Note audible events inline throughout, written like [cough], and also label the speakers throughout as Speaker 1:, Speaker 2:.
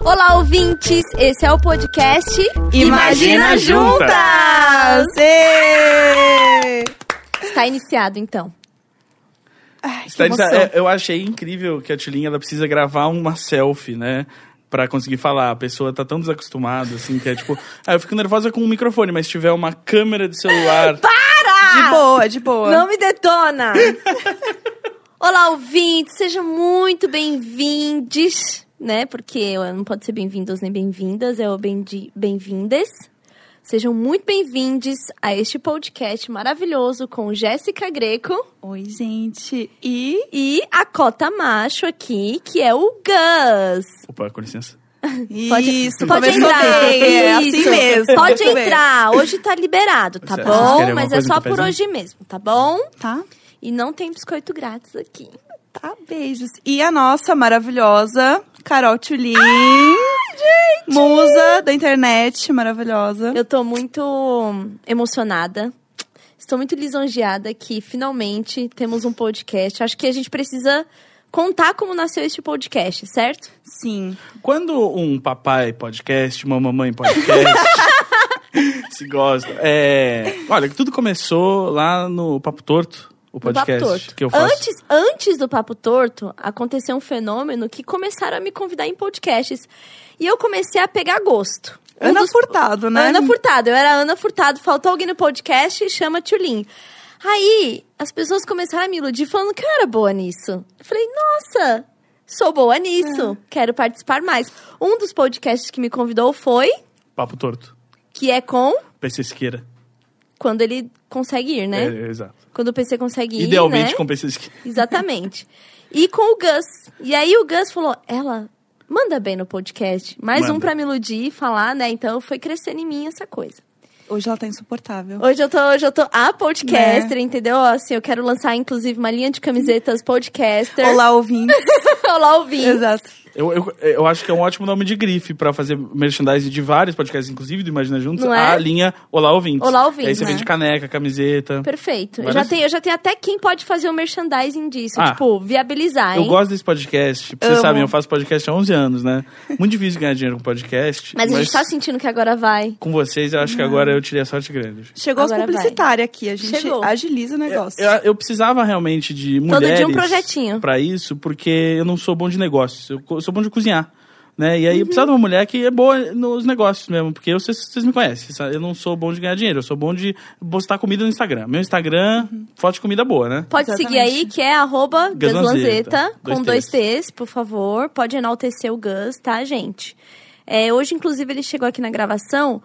Speaker 1: Olá, ouvintes! Esse é o podcast
Speaker 2: Imagina Juntas!
Speaker 3: Ê!
Speaker 1: Está iniciado, então.
Speaker 3: Ai, que
Speaker 2: Tá, isso-
Speaker 3: emoção.
Speaker 2: é, eu achei incrível que a Tilin ela precisa gravar uma selfie, né? Pra conseguir falar. A pessoa tá tão desacostumada, assim, que é tipo. [laughs] ah, eu fico nervosa com o microfone, mas se tiver uma câmera de celular.
Speaker 1: Tá!
Speaker 3: De boa, de boa.
Speaker 1: Não me detona! [laughs] Olá, ouvintes! Sejam muito bem-vindes, né? Porque não pode ser bem-vindos nem bem-vindas, é o bendi- bem-vindas. Sejam muito bem-vindes a este podcast maravilhoso com Jéssica Greco
Speaker 3: Oi, gente. E
Speaker 1: e a Cota Macho aqui, que é o Gus.
Speaker 2: Opa, com licença.
Speaker 1: Pode,
Speaker 3: isso,
Speaker 1: pode
Speaker 3: começou
Speaker 1: entrar.
Speaker 3: bem, É assim
Speaker 1: Isso.
Speaker 3: mesmo.
Speaker 1: Pode
Speaker 3: muito bem.
Speaker 1: entrar. Hoje tá liberado, tá
Speaker 2: Vocês querem
Speaker 1: bom?
Speaker 2: alguma
Speaker 1: Mas é
Speaker 2: coisa, um
Speaker 1: só por
Speaker 2: cafezinho?
Speaker 1: hoje mesmo, tá bom?
Speaker 3: Tá?
Speaker 1: E não tem biscoito grátis aqui.
Speaker 3: Tá, beijos. E a nossa maravilhosa Carol Tulin. Musa da internet, maravilhosa.
Speaker 1: Eu tô muito emocionada. Estou muito lisonjeada que finalmente temos um podcast. Acho que a gente precisa contar como nasceu este podcast, certo?
Speaker 3: Sim.
Speaker 2: Quando um papai podcast, uma mamãe
Speaker 1: [laughs]
Speaker 2: podcast. se gosta. É. Olha, tudo começou lá no Papo Torto, o
Speaker 1: No
Speaker 2: podcast
Speaker 1: Papo Torto.
Speaker 2: que eu faço.
Speaker 1: Antes, antes do Papo Torto, aconteceu um fenômeno que começaram a me convidar em podcasts. E eu comecei a pegar gosto. Um
Speaker 3: Ana
Speaker 1: dos-
Speaker 3: Furtado, né?
Speaker 1: Ana Furtado, eu era Ana Furtado. Faltou alguém no podcast e chama Tulin. Aí, as pessoas começaram a me iludir falando que eu era boa nisso. Eu falei, nossa, sou boa nisso, quero participar mais. Um dos podcasts que me convidou foi,
Speaker 2: Papo Torto.
Speaker 1: que é com,
Speaker 2: PC Siqueira.
Speaker 1: quando ele consegue ir, né?
Speaker 2: É, é, exato.
Speaker 1: Quando o PC consegue ir,
Speaker 2: Idealmente
Speaker 1: né?
Speaker 2: com PC Siqueira.
Speaker 1: Exatamente. E com o Gus. E aí o Gus falou: ela manda bem no podcast. Mais um
Speaker 2: Manda.
Speaker 1: pra me iludir e falar, né? Então foi crescendo em mim essa coisa.
Speaker 3: Hoje ela tá insuportável.
Speaker 1: Hoje eu tô, hoje eu tô a podcaster,
Speaker 3: Né?
Speaker 1: entendeu? Assim, eu quero lançar, inclusive, uma linha de camisetas podcaster.
Speaker 3: Olá, ouvintes.
Speaker 1: [laughs] Olá ouvintes.
Speaker 3: Exato.
Speaker 2: Eu, eu, eu acho que é um ótimo nome de grife pra fazer merchandising de vários podcasts, inclusive do Imagina Juntos,
Speaker 1: Não é?
Speaker 2: a linha Olá Ouvintes.
Speaker 1: Olá, ouvintes,
Speaker 2: Aí você
Speaker 1: né?
Speaker 2: vende caneca, camiseta.
Speaker 1: Perfeito. Eu
Speaker 2: Mas
Speaker 1: já,
Speaker 2: assim-
Speaker 1: tenho, eu já tenho até quem pode fazer o merchandising disso.
Speaker 2: Ah.
Speaker 1: tipo, viabilizar,
Speaker 2: Eu
Speaker 1: hein?
Speaker 2: gosto desse podcast. Vocês
Speaker 3: Amo.
Speaker 2: sabem, eu faço podcast há 11 anos, né? Muito difícil ganhar dinheiro com podcast.
Speaker 1: Mas, a gente tá sentindo que agora vai.
Speaker 2: com vocês, eu acho que agora eu tirei a sorte grande.
Speaker 3: Chegou os
Speaker 1: Agora vai.
Speaker 3: publicitários aqui. A gente
Speaker 1: Chegou.
Speaker 3: agiliza o negócio.
Speaker 2: Eu, eu precisava realmente de
Speaker 1: Todo
Speaker 2: mulheres
Speaker 1: dia um projetinho.
Speaker 2: pra isso, porque eu não sou bom de negócios. Eu co- sou bom de cozinhar. Né? E
Speaker 1: Uhum.
Speaker 2: aí eu precisava de uma mulher que é boa nos negócios mesmo, porque eu- vocês vocês me conhecem. sabe? Eu não sou bom de ganhar dinheiro, eu sou bom de postar comida no Instagram. Meu Instagram,
Speaker 1: Uhum.
Speaker 2: foto de comida boa, né?
Speaker 1: Pode
Speaker 3: Exatamente.
Speaker 1: seguir aí, que é arroba
Speaker 2: Gus
Speaker 1: Guslanzeta,
Speaker 2: Lanzetta,
Speaker 1: com dois
Speaker 2: dois Ts.
Speaker 1: T's, por favor. Pode enaltecer o Gus, tá, gente? É, hoje, inclusive, ele chegou aqui na gravação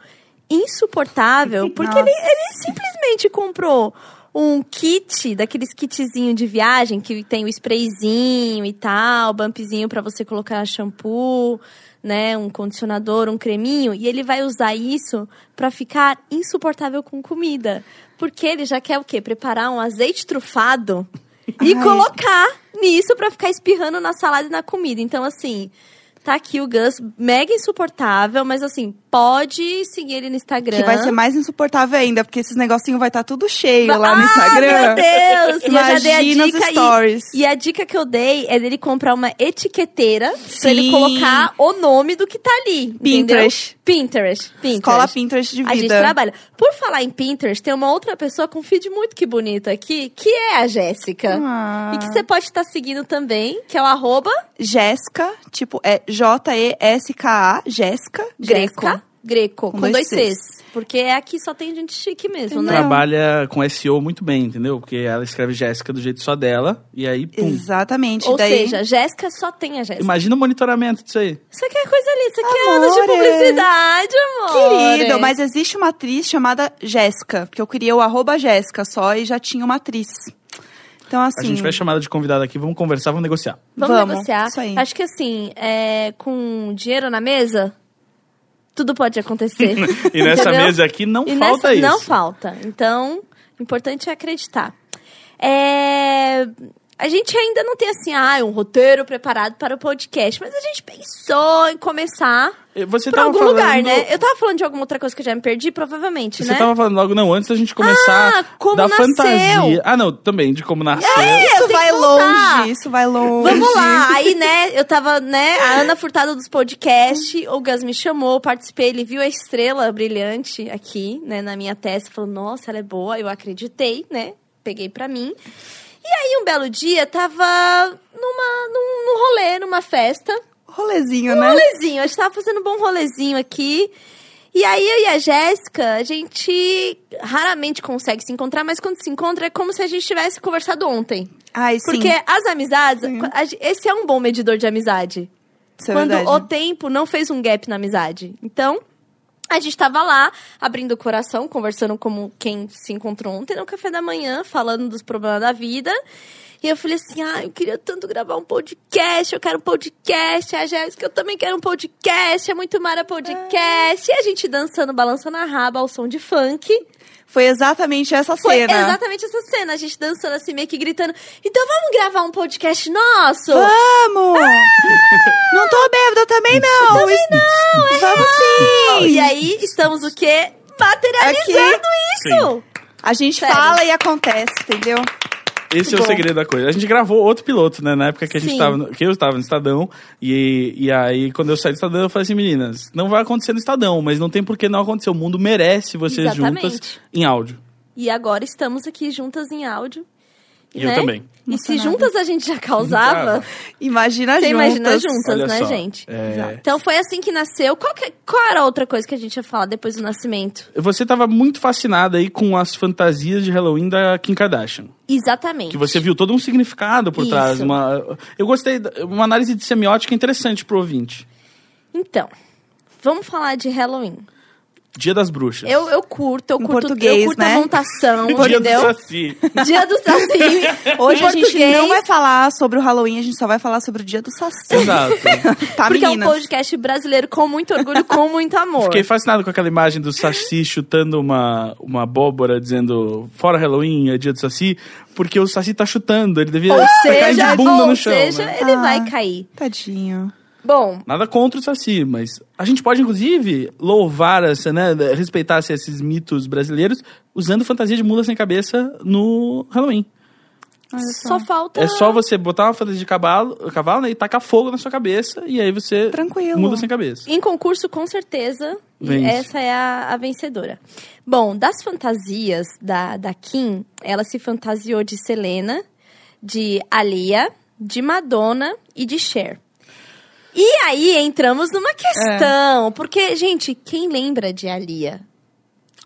Speaker 1: insuportável, porque
Speaker 3: Nossa.
Speaker 1: ele, ele simplesmente comprou um kit, daqueles kitzinhos de viagem, que tem o sprayzinho e tal, bumpzinho pra você colocar shampoo, né, um condicionador, um creminho, e ele vai usar isso pra ficar insuportável com comida. Porque ele já quer o quê? Preparar um azeite trufado e colocar nisso pra ficar espirrando na salada e na comida. Então, assim, tá aqui o Gus, mega insuportável, mas assim, pode seguir ele no Instagram.
Speaker 3: Que vai ser mais insuportável ainda, porque esses negocinhos vai estar tudo cheio lá no
Speaker 1: Ah, Meu
Speaker 3: Instagram. [laughs]
Speaker 1: Deus! E eu já dei
Speaker 3: Imagina
Speaker 1: a
Speaker 3: os
Speaker 1: dica e-
Speaker 3: stories.
Speaker 1: E, a dica que eu dei é dele comprar uma etiqueteira pra ele
Speaker 3: Sim.
Speaker 1: colocar o nome do que tá ali.
Speaker 3: Pinterest.
Speaker 1: Entendeu? Pinterest. Pinterest.
Speaker 3: Escola Pinterest de vida.
Speaker 1: A gente trabalha. Por falar em Pinterest, tem uma outra pessoa com um feed muito que bonito aqui, que é a Jéssica.
Speaker 3: Ah.
Speaker 1: E que você pode estar seguindo também, que é o arroba
Speaker 3: Jéssica, tipo, é J-E-S-K-A, Jéssica Greco.
Speaker 1: Jéssica Greco, com,
Speaker 3: Com
Speaker 1: dois
Speaker 3: dois
Speaker 1: Cs. Porque é aqui só tem gente chique mesmo,
Speaker 3: Entendeu?
Speaker 1: né?
Speaker 2: Trabalha com SEO muito bem, entendeu? Porque ela escreve Jéssica do jeito só dela, e aí, pum.
Speaker 3: Exatamente.
Speaker 1: Ou
Speaker 3: daí,
Speaker 1: seja, Jéssica só tem a Jéssica.
Speaker 2: Imagina o monitoramento disso aí.
Speaker 1: Isso aqui é coisa linda, isso aqui é anos de
Speaker 3: Amore.
Speaker 1: publicidade, amor.
Speaker 3: querido, mas existe uma atriz chamada Jéssica, porque eu queria o arroba Jéssica só e já tinha uma atriz. Então, assim.
Speaker 2: A gente vai chamada de convidada aqui, vamos conversar, vamos negociar.
Speaker 1: Vamos,
Speaker 3: vamos,
Speaker 1: negociar.
Speaker 3: isso aí.
Speaker 1: Acho que assim, é, com dinheiro na mesa, tudo pode
Speaker 3: [laughs]
Speaker 1: acontecer.
Speaker 2: E nessa
Speaker 1: Entendeu?
Speaker 2: mesa aqui não
Speaker 1: E
Speaker 2: falta
Speaker 1: nessa-
Speaker 2: isso.
Speaker 1: Não falta. Então, o importante é acreditar. É, A gente ainda não tem assim, ah, um roteiro preparado para o podcast, mas a gente pensou em começar
Speaker 2: Você
Speaker 1: pra
Speaker 2: tava
Speaker 1: algum
Speaker 2: falando-
Speaker 1: lugar, né? Eu tava falando de alguma outra coisa que eu já me perdi, provavelmente,
Speaker 2: Você
Speaker 1: né?
Speaker 2: tava falando logo, não, antes da gente começar
Speaker 1: Ah, como
Speaker 2: da
Speaker 1: nasceu.
Speaker 2: fantasia. Ah, não, também, de como nasceu.
Speaker 1: eu
Speaker 3: Isso
Speaker 1: tenho
Speaker 3: vai
Speaker 1: que voltar.
Speaker 3: longe, isso vai longe.
Speaker 1: Vamos lá, aí, né, eu tava, né, a Ana Furtado dos podcasts, o Gus me chamou, eu participei, ele viu a estrela brilhante aqui, né, na minha testa, falou, nossa, ela é boa, eu acreditei, né, peguei pra mim. E aí, um belo dia, tava numa, num, num rolê, numa festa,
Speaker 3: Rolezinho, né?
Speaker 1: rolezinho, a gente tava fazendo um bom rolezinho aqui, e aí eu e a Jéssica, a gente raramente consegue se encontrar, mas quando se encontra é como se a gente tivesse conversado ontem.
Speaker 3: Ai, sim.
Speaker 1: Porque as amizades,
Speaker 3: Sim.
Speaker 1: a gen- esse é um bom medidor de amizade.
Speaker 3: Isso é
Speaker 1: quando
Speaker 3: verdade.
Speaker 1: o tempo não fez um gap na amizade. Então, a gente tava lá, abrindo o coração, conversando como quem se encontrou ontem no café da manhã, falando dos problemas da vida. E eu falei assim: ah, eu queria tanto gravar um podcast, eu quero um podcast. A Jéssica, eu também quero um podcast, é muito mara podcast. E a gente dançando, balançando a raba ao som de funk.
Speaker 3: Foi exatamente essa
Speaker 1: Foi
Speaker 3: cena.
Speaker 1: exatamente essa cena, a gente dançando assim, meio que gritando. Então vamos gravar um podcast nosso?
Speaker 3: Vamos!
Speaker 1: Ah!
Speaker 3: Não tô bêbada também, não! Também não! Vamos sim!
Speaker 1: é E aí estamos o quê? Materializando isso!
Speaker 3: A gente
Speaker 1: Sério.
Speaker 3: fala e acontece, entendeu?
Speaker 2: Esse é o
Speaker 3: bom.
Speaker 2: segredo da coisa. A gente gravou outro piloto, né? Na época que a gente
Speaker 1: Sim.
Speaker 2: tava. no- Que eu estava no Estadão. E, e aí, quando eu saí do Estadão, eu falei assim, meninas, não vai acontecer no Estadão, mas não tem por que não acontecer. O mundo merece vocês
Speaker 1: Exatamente.
Speaker 2: juntas em áudio.
Speaker 1: E agora estamos aqui juntas em áudio.
Speaker 2: E eu
Speaker 1: né?
Speaker 2: também.
Speaker 1: E se
Speaker 3: Emocionada.
Speaker 1: juntas a gente já causava,
Speaker 3: Imagina
Speaker 1: você
Speaker 3: juntas.
Speaker 1: imagina juntas,
Speaker 2: Olha
Speaker 1: né,
Speaker 2: só,
Speaker 1: gente?
Speaker 2: é.
Speaker 1: Exato. Então foi assim que nasceu. Qual, que- qual era a outra coisa que a gente ia falar depois do nascimento?
Speaker 2: Você tava muito fascinada aí com as fantasias de Halloween da Kim Kardashian.
Speaker 1: Exatamente.
Speaker 2: Que você viu todo um significado por
Speaker 1: Isso.
Speaker 2: trás. Uma, eu gostei. da- Uma análise de semiótica interessante pro ouvinte.
Speaker 1: Então, vamos falar de Halloween.
Speaker 2: Dia das Bruxas.
Speaker 1: Eu, eu curto, eu
Speaker 3: Em
Speaker 1: curto, eu
Speaker 3: português,
Speaker 1: curto
Speaker 3: né?
Speaker 1: a montação,
Speaker 2: [laughs] Dia do
Speaker 1: entendeu? [laughs]
Speaker 2: Saci.
Speaker 1: Dia do Saci.
Speaker 3: [laughs] Hoje
Speaker 1: em
Speaker 3: a gente
Speaker 1: português.
Speaker 3: não vai falar sobre o Halloween, a gente só vai falar sobre o dia do Saci.
Speaker 2: Exato.
Speaker 3: Tá,
Speaker 1: Porque é um
Speaker 3: meninas?
Speaker 1: podcast brasileiro com muito orgulho, com muito amor.
Speaker 2: Fiquei fascinado com aquela imagem do Saci chutando uma, uma abóbora dizendo fora Halloween, é dia do Saci, porque o Saci tá chutando, ele devia
Speaker 1: Ou
Speaker 2: cair
Speaker 1: seja,
Speaker 2: de bunda
Speaker 1: ou
Speaker 2: no chão.
Speaker 1: seja
Speaker 2: né?
Speaker 1: ele
Speaker 3: Ah.
Speaker 1: vai cair.
Speaker 3: Tadinho.
Speaker 1: Bom,
Speaker 2: Nada contra o Saci, mas a gente pode, inclusive, louvar, essa, né, respeitar assim, esses mitos brasileiros usando fantasia de mula sem cabeça no Halloween.
Speaker 1: só falta...
Speaker 2: É só você botar uma fantasia de cavalo, cavalo né, e tacar fogo na sua cabeça, e aí você
Speaker 3: Tranquilo.
Speaker 2: muda sem cabeça.
Speaker 1: Em concurso, com certeza, e
Speaker 2: Vence.
Speaker 1: essa é a, a vencedora. Bom, das fantasias da, da Kim, ela se fantasiou de Selena, de Alia, de Madonna e de Cher. E aí entramos
Speaker 2: É.
Speaker 1: numa questão, porque, gente, quem lembra de Alia?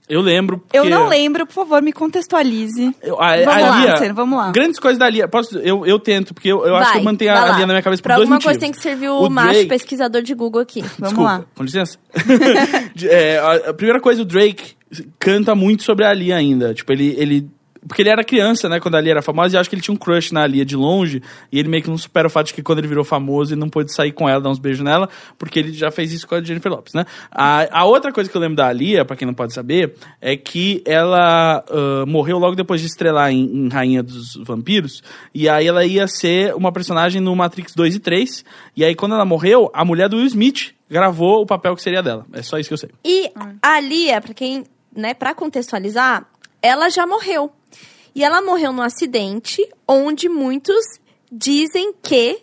Speaker 2: Eu lembro.
Speaker 3: Eu
Speaker 2: porque-
Speaker 3: não lembro, por favor, me contextualize.
Speaker 2: Eu- a-
Speaker 3: Vamos
Speaker 2: a
Speaker 3: lá,
Speaker 2: Lia-
Speaker 3: Luciano, vamos lá.
Speaker 2: Grandes coisas da Lia. Posso, eu, eu tento, porque eu, eu acho que eu mantenho
Speaker 1: vai
Speaker 2: a
Speaker 1: lá.
Speaker 2: Lia na minha cabeça por
Speaker 1: Pra
Speaker 2: dois
Speaker 1: alguma
Speaker 2: motivos.
Speaker 1: coisa tem que servir o,
Speaker 2: O
Speaker 1: macho
Speaker 2: Drake-
Speaker 1: pesquisador de Google aqui.
Speaker 3: [laughs] Vamos
Speaker 2: Desculpa,
Speaker 3: lá.
Speaker 2: com licença. [laughs] De- é, a, a primeira coisa, o Drake canta muito sobre a Lia ainda. Tipo, ele... ele porque ele era criança, né, quando a Lia era famosa, e eu acho que ele tinha um crush na Lia de longe, e ele meio que não supera o fato de que quando ele virou famoso, ele não pôde sair com ela, dar uns beijos nela, porque ele já fez isso com a Jennifer Lopes, né? A, a outra coisa que eu lembro da Lia, pra quem não pode saber, é que ela ah, morreu logo depois de estrelar em, em Rainha dos Vampiros, e aí ela ia ser uma personagem no Matrix 2 e 3, e aí quando ela morreu, a mulher do Will Smith gravou o papel que seria dela. É só isso que eu sei.
Speaker 1: E
Speaker 3: Ah.
Speaker 1: a Lia, pra quem, né, pra contextualizar, ela já morreu. E ela morreu num acidente onde muitos dizem que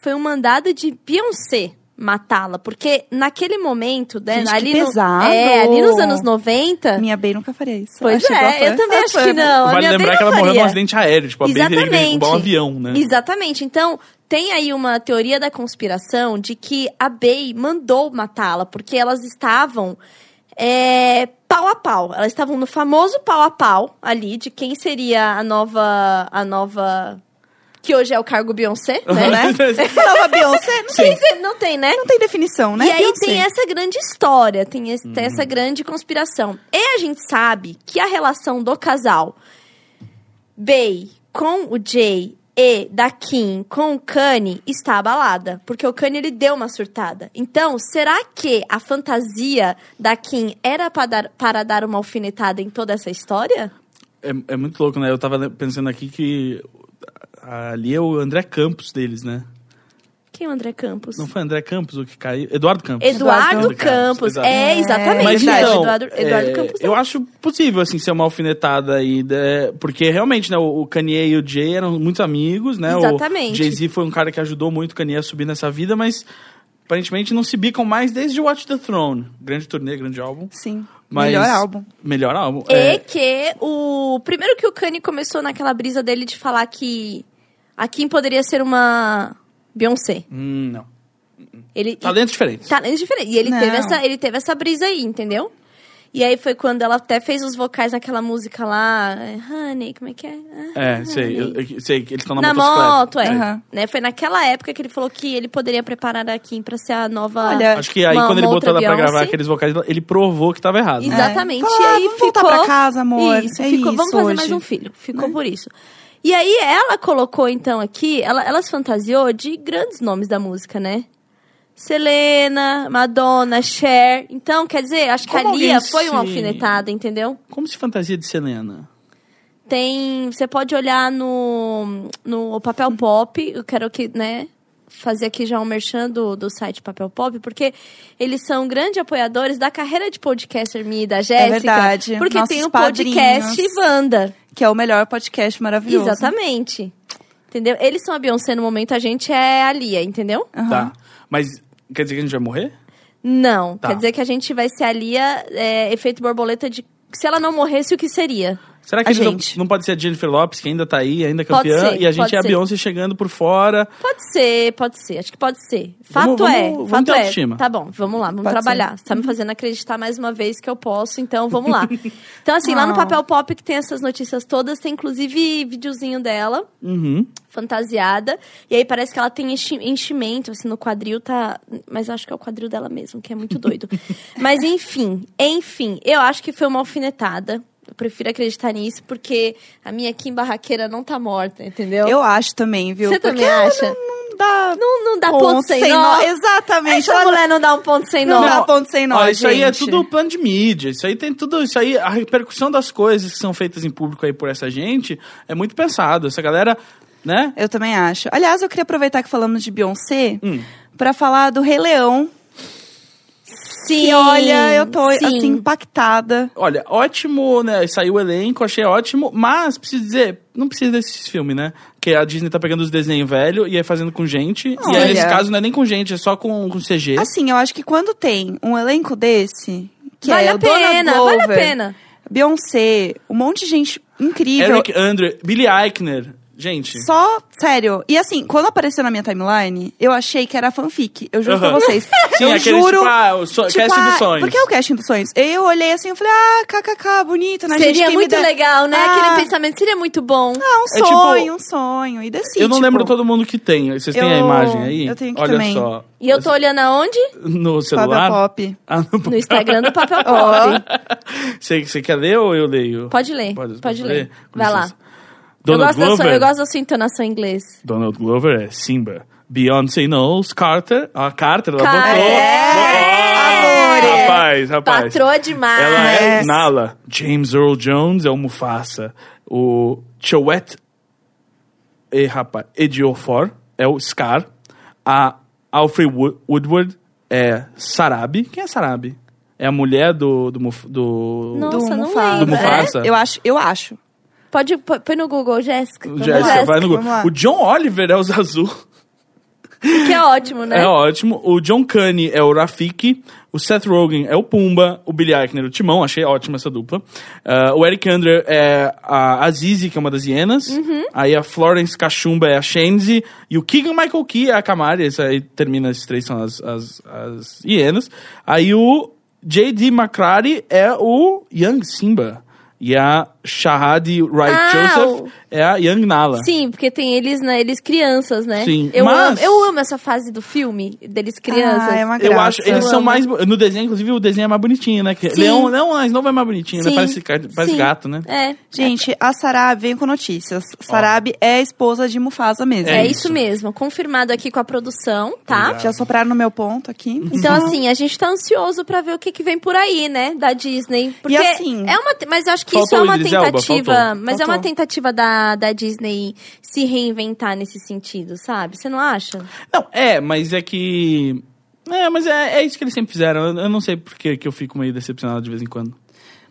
Speaker 1: foi um mandado de Beyoncé matá-la, porque naquele momento, né,
Speaker 3: Gente, que
Speaker 1: ali no-
Speaker 3: pesado.
Speaker 1: é, ali nos anos 90,
Speaker 3: Minha bem nunca faria isso.
Speaker 1: pois
Speaker 3: Ela chegou a
Speaker 1: é, eu
Speaker 3: fazer.
Speaker 1: também
Speaker 3: Ela
Speaker 1: acho
Speaker 3: foi.
Speaker 1: que não. a
Speaker 2: né? vale
Speaker 1: minha
Speaker 2: lembrar
Speaker 1: bem
Speaker 2: que ela
Speaker 1: não
Speaker 2: morreu num
Speaker 1: faria.
Speaker 2: aéreo, aéreo, tipo, a Bey teria que
Speaker 1: Exatamente.
Speaker 2: derrubar um avião, né?
Speaker 1: Exatamente. Então, tem aí uma teoria da conspiração de que a Bey mandou matá-la, porque elas estavam é, pau a pau. Elas estavam no famoso pau a pau ali, de quem seria a nova. A nova. Que hoje é o cargo Beyoncé, [laughs] né?
Speaker 2: [laughs]
Speaker 3: Tava Beyoncé? Não,
Speaker 1: Quem se- Não tem, né?
Speaker 3: não tem definição, né?
Speaker 2: é
Speaker 1: E aí
Speaker 3: Beyoncé.
Speaker 1: tem essa grande história, tem, esse-
Speaker 2: Hum.
Speaker 1: tem essa grande conspiração. E a gente sabe que a relação do casal Bey com o Jay e da Kim com o Kanye está abalada, porque o Kanye ele deu uma surtada. Então, será que a fantasia da Kim era para dar, para dar uma alfinetada em toda essa história?
Speaker 2: É, é muito louco, né? Eu tava le- pensando aqui que ali é o André Campos deles, né?
Speaker 1: Quem é o André Campos?
Speaker 2: Não foi André Campos o que caiu? Eduardo Campos.
Speaker 1: Eduardo
Speaker 2: Eduardo Campos,
Speaker 1: Campos. É, exatamente.
Speaker 2: Mas
Speaker 1: verdade.
Speaker 2: então,
Speaker 1: Eduardo, Eduardo
Speaker 2: é,
Speaker 1: Campos.
Speaker 2: eu acho possível, assim, ser uma alfinetada aí, né? porque realmente, né, o o Kanye e o Jay eram muitos amigos, né?
Speaker 1: Exatamente.
Speaker 2: O Jay-Z foi um cara que ajudou muito o Kanye a subir nessa vida, mas aparentemente não se bicam mais desde Watch the Throne. Grande turnê, grande álbum.
Speaker 3: Sim.
Speaker 2: Mas-
Speaker 3: Melhor álbum.
Speaker 2: Melhor álbum.
Speaker 1: E
Speaker 2: É,
Speaker 1: que o. Primeiro que o Kanye começou naquela brisa dele de falar que a Kim poderia ser uma Beyoncé.
Speaker 2: hum, não.
Speaker 1: Ele,
Speaker 2: Talentos diferentes.
Speaker 1: Talentos diferentes. E ele
Speaker 3: Não.
Speaker 1: teve, essa, ele teve essa brisa aí, entendeu? E aí foi quando ela até fez os vocais naquela música lá. é, Honey, como é que é? Ah,
Speaker 2: É, sei.
Speaker 1: honey.
Speaker 2: Eu, eu sei que eles estão na,
Speaker 1: na
Speaker 2: motocicleta.
Speaker 1: moto, é.
Speaker 3: Aham.
Speaker 1: Né, foi naquela época que ele falou que ele poderia preparar a Kim pra ser a nova.
Speaker 3: Olha,
Speaker 2: Acho que aí
Speaker 1: uma-
Speaker 2: quando ele
Speaker 1: uma
Speaker 2: botou ela
Speaker 1: outra
Speaker 2: pra gravar
Speaker 1: Beyoncé.
Speaker 2: aqueles vocais, ele provou que tava errado. né?
Speaker 1: Exato. Exatamente.
Speaker 3: É. Fala,
Speaker 1: E aí
Speaker 3: vamos voltar
Speaker 1: ficou-
Speaker 3: pra casa, amor.
Speaker 1: Isso,
Speaker 3: é
Speaker 1: ficou,
Speaker 3: isso
Speaker 1: vamos fazer
Speaker 3: hoje. Né?
Speaker 1: mais um filho. Ficou por isso. E aí ela colocou, então, aqui, ela, ela se fantasiou de grandes nomes da música, né? Selena, Madonna, Cher. Então, quer dizer, acho que
Speaker 2: Como
Speaker 1: a Lia
Speaker 2: alguém
Speaker 1: foi uma
Speaker 2: se-
Speaker 3: assim?
Speaker 1: alfinetada, entendeu?
Speaker 2: Como se fantasia de Selena?
Speaker 1: Tem. Você pode olhar no, no Papel Pop. Eu quero que, né? Fazer aqui já um merchan do, do site Papel Pop, porque eles são grandes apoiadores da carreira de podcaster minha e da Jéssica.
Speaker 3: É verdade.
Speaker 1: Porque
Speaker 3: Nossos
Speaker 1: tem o podcast
Speaker 3: padrinhos.
Speaker 1: Wanda.
Speaker 3: Que é o melhor podcast maravilhoso.
Speaker 1: Exatamente. Entendeu? Eles são a Beyoncé no momento, a gente é a Lia, entendeu?
Speaker 3: Aham.
Speaker 2: Tá. Mas quer dizer que a gente vai morrer?
Speaker 1: Não.
Speaker 2: Tá.
Speaker 1: Quer dizer que a gente vai ser a Lia, é, efeito borboleta de. Se ela não morresse, o que seria?
Speaker 2: Será que
Speaker 3: A
Speaker 2: eles não-
Speaker 3: gente.
Speaker 2: Não, pode ser a Jennifer Lopes, que ainda tá aí, ainda
Speaker 1: Pode
Speaker 2: campeã,
Speaker 1: ser,
Speaker 2: e a gente
Speaker 1: pode
Speaker 2: é a
Speaker 1: ser.
Speaker 2: Beyoncé chegando por fora.
Speaker 1: Pode ser, pode ser. Acho que pode ser. Fato
Speaker 2: Vamos-
Speaker 1: é,
Speaker 2: vamos- vamos
Speaker 1: fato
Speaker 2: ter
Speaker 1: é.
Speaker 2: autoestima.
Speaker 1: Tá bom, vamos lá, vamos
Speaker 3: Pode
Speaker 1: trabalhar. Você tá me fazendo acreditar mais uma vez que eu posso, então vamos
Speaker 2: [laughs]
Speaker 1: lá. então, assim, lá no
Speaker 3: Não.
Speaker 2: Ah.
Speaker 1: Papel Pop que tem essas notícias todas, tem inclusive videozinho dela,
Speaker 2: Uhum.
Speaker 1: fantasiada. E aí parece que ela tem enchi- enchimento, assim, no quadril tá. Mas eu acho que é o quadril dela mesmo, que é muito
Speaker 3: [laughs]
Speaker 1: doido. Mas enfim, enfim, eu acho que foi uma alfinetada. Eu prefiro acreditar nisso, porque a minha Kim Barraqueira não tá morta, entendeu?
Speaker 3: Eu acho também, viu?
Speaker 1: Você
Speaker 3: Porque
Speaker 1: também
Speaker 3: ela
Speaker 1: acha?
Speaker 3: Não dá
Speaker 1: Não, não dá ponto, sem nó.
Speaker 3: nó. Exatamente.
Speaker 1: Essa
Speaker 3: ela
Speaker 1: mulher não dá um ponto sem
Speaker 3: não,
Speaker 1: nó.
Speaker 3: dá ponto sem nó,
Speaker 2: Ó, isso aí é
Speaker 3: gente.
Speaker 2: tudo plano de mídia. Isso aí tem tudo. Isso aí, a repercussão das coisas que são feitas em público aí por essa gente é muito pensado. Essa galera, né?
Speaker 3: Eu também acho. Aliás, eu queria aproveitar que falamos de Beyoncé
Speaker 2: Hum.
Speaker 3: pra falar do Rei Leão.
Speaker 1: Sim.
Speaker 3: E olha, eu tô
Speaker 1: sim.
Speaker 3: assim impactada.
Speaker 2: Olha, ótimo, né? Saiu o elenco, achei ótimo, mas preciso dizer, não precisa desses filmes, né? Que a Disney tá pegando os desenhos velho e aí fazendo com gente. E
Speaker 3: Olha.
Speaker 2: aí, nesse caso, não é nem com gente, é só com, com CG.
Speaker 3: Assim, eu acho que quando tem um elenco desse, que
Speaker 1: vale
Speaker 3: é
Speaker 1: a
Speaker 3: o Donald
Speaker 1: pena,
Speaker 3: Glover,
Speaker 1: vale a pena.
Speaker 3: Beyoncé, um monte de gente incrível.
Speaker 2: Eric Andre, Billy Eichner. Gente.
Speaker 3: Só, sério. E assim, quando apareceu na minha timeline, eu achei que era fanfic. Eu juro pra
Speaker 2: Aham.
Speaker 3: vocês.
Speaker 2: [laughs] Sim,
Speaker 3: eu
Speaker 2: aquele
Speaker 3: juro.
Speaker 2: tipo, ah, o so- casting dos sonhos.
Speaker 3: Porque é o casting dos sonhos. Eu olhei assim, eu falei, ah, kkk, bonito, né? gente,
Speaker 1: Seria
Speaker 3: quem me
Speaker 1: muito
Speaker 3: der-
Speaker 1: legal, né?
Speaker 3: Ah.
Speaker 1: Aquele pensamento seria muito bom.
Speaker 3: Ah, um
Speaker 2: É tipo-
Speaker 3: sonho, um sonho. E desci,
Speaker 2: eu não
Speaker 3: tipo,
Speaker 2: lembro todo mundo que tem. Vocês têm a
Speaker 3: Eu-
Speaker 2: imagem aí?
Speaker 3: eu tenho aqui
Speaker 2: Olha
Speaker 3: também.
Speaker 2: só.
Speaker 1: E eu tô olhando aonde?
Speaker 2: No
Speaker 3: Fábio
Speaker 2: celular?
Speaker 3: Pop.
Speaker 2: [laughs] Ah, no...
Speaker 1: No Instagram do Papel
Speaker 3: Ó.
Speaker 1: Pop.
Speaker 2: Você, você quer ler ou eu leio?
Speaker 1: Pode ler, pode, ler.
Speaker 2: Com
Speaker 1: Vai lá.
Speaker 2: licença. Donald
Speaker 1: eu, gosto da sua,
Speaker 2: Glover.
Speaker 1: eu gosto da sua entonação em inglês.
Speaker 2: Donald Glover é Simba. Beyoncé Knowles, Carter. A Carter, ela
Speaker 1: Carter!
Speaker 2: botou. Ó,
Speaker 1: Amores!
Speaker 2: Rapaz, rapaz.
Speaker 1: Patroa demais.
Speaker 2: Ela é
Speaker 3: Yes.
Speaker 2: Nala. James Earl Jones é o Mufasa. O Chowet e rapaz, Ediofor é o Scar. A Alfred Wo- Woodward é Sarabi. Quem é Sarabi? É a mulher do do, Muf- do-
Speaker 1: Nossa,
Speaker 3: do
Speaker 1: não
Speaker 3: Mufasa.
Speaker 1: lembro.
Speaker 2: Do Mufasa.
Speaker 3: Eu acho, eu acho.
Speaker 1: Pode, pô- põe no Google, Jéssica.
Speaker 2: do
Speaker 1: é. Vamos lá.
Speaker 2: Jéssica, vai no
Speaker 3: vamos
Speaker 2: Google.
Speaker 3: lá.
Speaker 2: O John Oliver é o Zazu.
Speaker 1: Que é ótimo, né?
Speaker 2: É ótimo. O John Caney é o Rafiki. O Seth Rogen é o Pumba. O Billy Eichner é o Timão. Achei ótima essa dupla. Ah, o Eric Andre é a Azizi, que é uma das hienas.
Speaker 1: Uhum.
Speaker 2: Aí a Florence Cachumba é a Shenzi. E o Keegan Michael Key é a Camari. Essa aí termina, esses três são as, as, as hienas. Aí o J.D. McCrary é o Young Simba. E a Shahadi Wright
Speaker 1: Ah,
Speaker 2: Joseph
Speaker 1: o-
Speaker 2: é a Young Nala.
Speaker 1: Sim, porque tem eles, né, eles crianças, né?
Speaker 2: Sim,
Speaker 1: eu,
Speaker 2: mas-
Speaker 1: amo, eu amo essa fase do filme, deles crianças.
Speaker 3: Ah, é uma graça.
Speaker 2: Eu acho, eles
Speaker 1: Eu
Speaker 2: são
Speaker 1: amo.
Speaker 2: mais. bo- No desenho, inclusive, o desenho é mais bonitinho, né? Que
Speaker 1: Sim.
Speaker 2: Leão, leão mais novo é mais bonitinho, né?
Speaker 1: Sim,
Speaker 2: Parece, ca- parece
Speaker 1: sim.
Speaker 2: gato, né?
Speaker 1: É,
Speaker 3: Gente, a Sarabi vem com notícias. Sarabi é a esposa de Mufasa mesmo.
Speaker 1: é,
Speaker 2: É
Speaker 1: isso
Speaker 2: isso.
Speaker 1: mesmo. Confirmado aqui com a produção, tá?
Speaker 2: Obrigado.
Speaker 3: Já sopraram no meu ponto aqui. [laughs]
Speaker 1: Então, assim, a gente tá ansioso pra ver o que, que vem por aí, né? Da Disney. Porque
Speaker 3: assim-
Speaker 1: é uma. te- Mas eu acho que
Speaker 2: Faltou
Speaker 1: isso é uma
Speaker 2: o Idris Elba,
Speaker 1: tentativa.
Speaker 2: faltou.
Speaker 1: mas é
Speaker 3: Faltou.
Speaker 1: uma tentativa da da, da Disney se reinventar nesse sentido, sabe? Você não acha?
Speaker 2: Não, é, mas é que. É, mas é, é isso que eles sempre fizeram. Eu, eu não sei por que que eu fico meio decepcionado de vez em quando.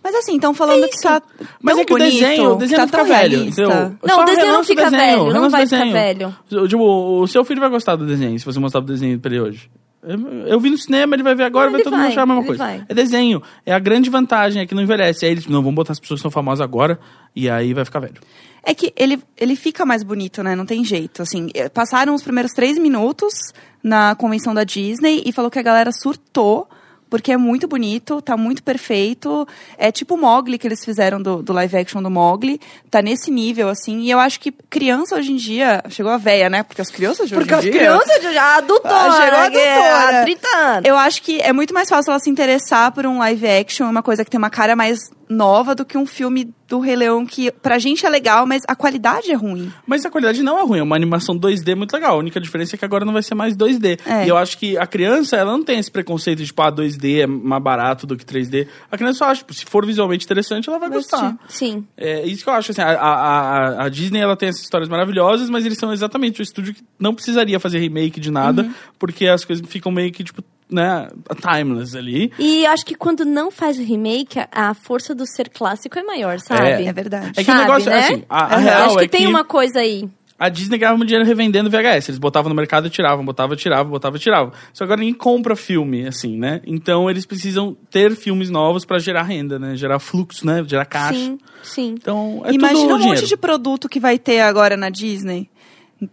Speaker 3: Mas assim, estão falando que tá.
Speaker 2: Mas
Speaker 3: tão
Speaker 2: é que o
Speaker 3: bonito,
Speaker 2: desenho, o desenho
Speaker 3: que
Speaker 2: não
Speaker 3: tá
Speaker 2: fica
Speaker 3: tão
Speaker 2: velho.
Speaker 3: realista.
Speaker 2: entendeu?
Speaker 1: Não,
Speaker 2: Só
Speaker 1: o desenho não
Speaker 2: renasce
Speaker 1: fica velho, não
Speaker 2: renasce o
Speaker 1: vai ficar
Speaker 2: desenho.
Speaker 1: velho.
Speaker 2: O- Tipo, o seu filho vai gostar do desenho, se você mostrar o desenho pra ele hoje. Eu, eu vi no cinema, ele vai ver agora,
Speaker 1: Ele
Speaker 2: vai todo
Speaker 1: vai,
Speaker 2: mundo achar a mesma
Speaker 1: ele
Speaker 2: coisa.
Speaker 1: vai.
Speaker 2: É desenho. É a grande vantagem, é que não envelhece. Aí eles, não, vamos botar as pessoas que são famosas agora, e aí vai ficar velho.
Speaker 3: É que ele, ele fica mais bonito, né? Não tem jeito. Assim, eh, passaram os primeiros três minutos na convenção da Disney e falou que a galera surtou. Porque é muito bonito, tá muito perfeito. É tipo o Mogli que eles fizeram do, do live action do Mogli. Tá nesse nível, assim. E eu acho que criança hoje em dia. Chegou a véia, né? Porque as crianças de hoje em dia.
Speaker 1: já adultora,
Speaker 3: Ah, chegou a
Speaker 1: que é
Speaker 3: adultora.
Speaker 2: né?
Speaker 1: há 30 anos.
Speaker 3: Eu acho que é muito mais fácil ela se interessar por um live action, uma coisa que tem uma cara mais nova do que um filme do Rei Leão que pra gente é legal, mas a qualidade é ruim.
Speaker 2: Mas a qualidade não é ruim, é uma animação 2D muito legal. A única diferença é que agora não vai ser mais 2D.
Speaker 3: É.
Speaker 2: E eu acho que a criança, ela não tem esse preconceito de, tipo, ah, 2D é mais barato do que 3D. A criança só acha, tipo, se for visualmente interessante, ela vai
Speaker 3: Vai
Speaker 2: gostar.
Speaker 3: assistir.
Speaker 1: Sim.
Speaker 2: É isso que eu acho, assim, a, a, a- a Disney, ela tem essas histórias maravilhosas, mas eles são exatamente o estúdio que não precisaria fazer remake de nada,
Speaker 3: Uhum.
Speaker 2: porque as coisas ficam meio que, tipo, né, timeless ali.
Speaker 1: E eu acho que quando não faz o remake, a- a força do ser clássico é maior, sabe?
Speaker 3: É verdade.
Speaker 2: É que
Speaker 1: Sabe,
Speaker 2: o negócio,
Speaker 1: né?
Speaker 2: assim, a, a
Speaker 3: Aham.
Speaker 2: real
Speaker 1: acho que
Speaker 2: é
Speaker 1: tem
Speaker 2: que
Speaker 1: uma coisa aí.
Speaker 2: a Disney ganhava muito dinheiro revendendo VHS. Eles botavam no mercado, tiravam, botava, tirava, botava, tirava. Só que agora ninguém compra filme, assim, né? Então eles precisam ter filmes novos pra gerar renda, né? Gerar fluxo, né? Gerar caixa.
Speaker 1: Sim, sim.
Speaker 2: Então, é
Speaker 3: Imagina
Speaker 2: tudo
Speaker 3: um
Speaker 2: dinheiro.
Speaker 3: monte de produto que vai ter agora na Disney.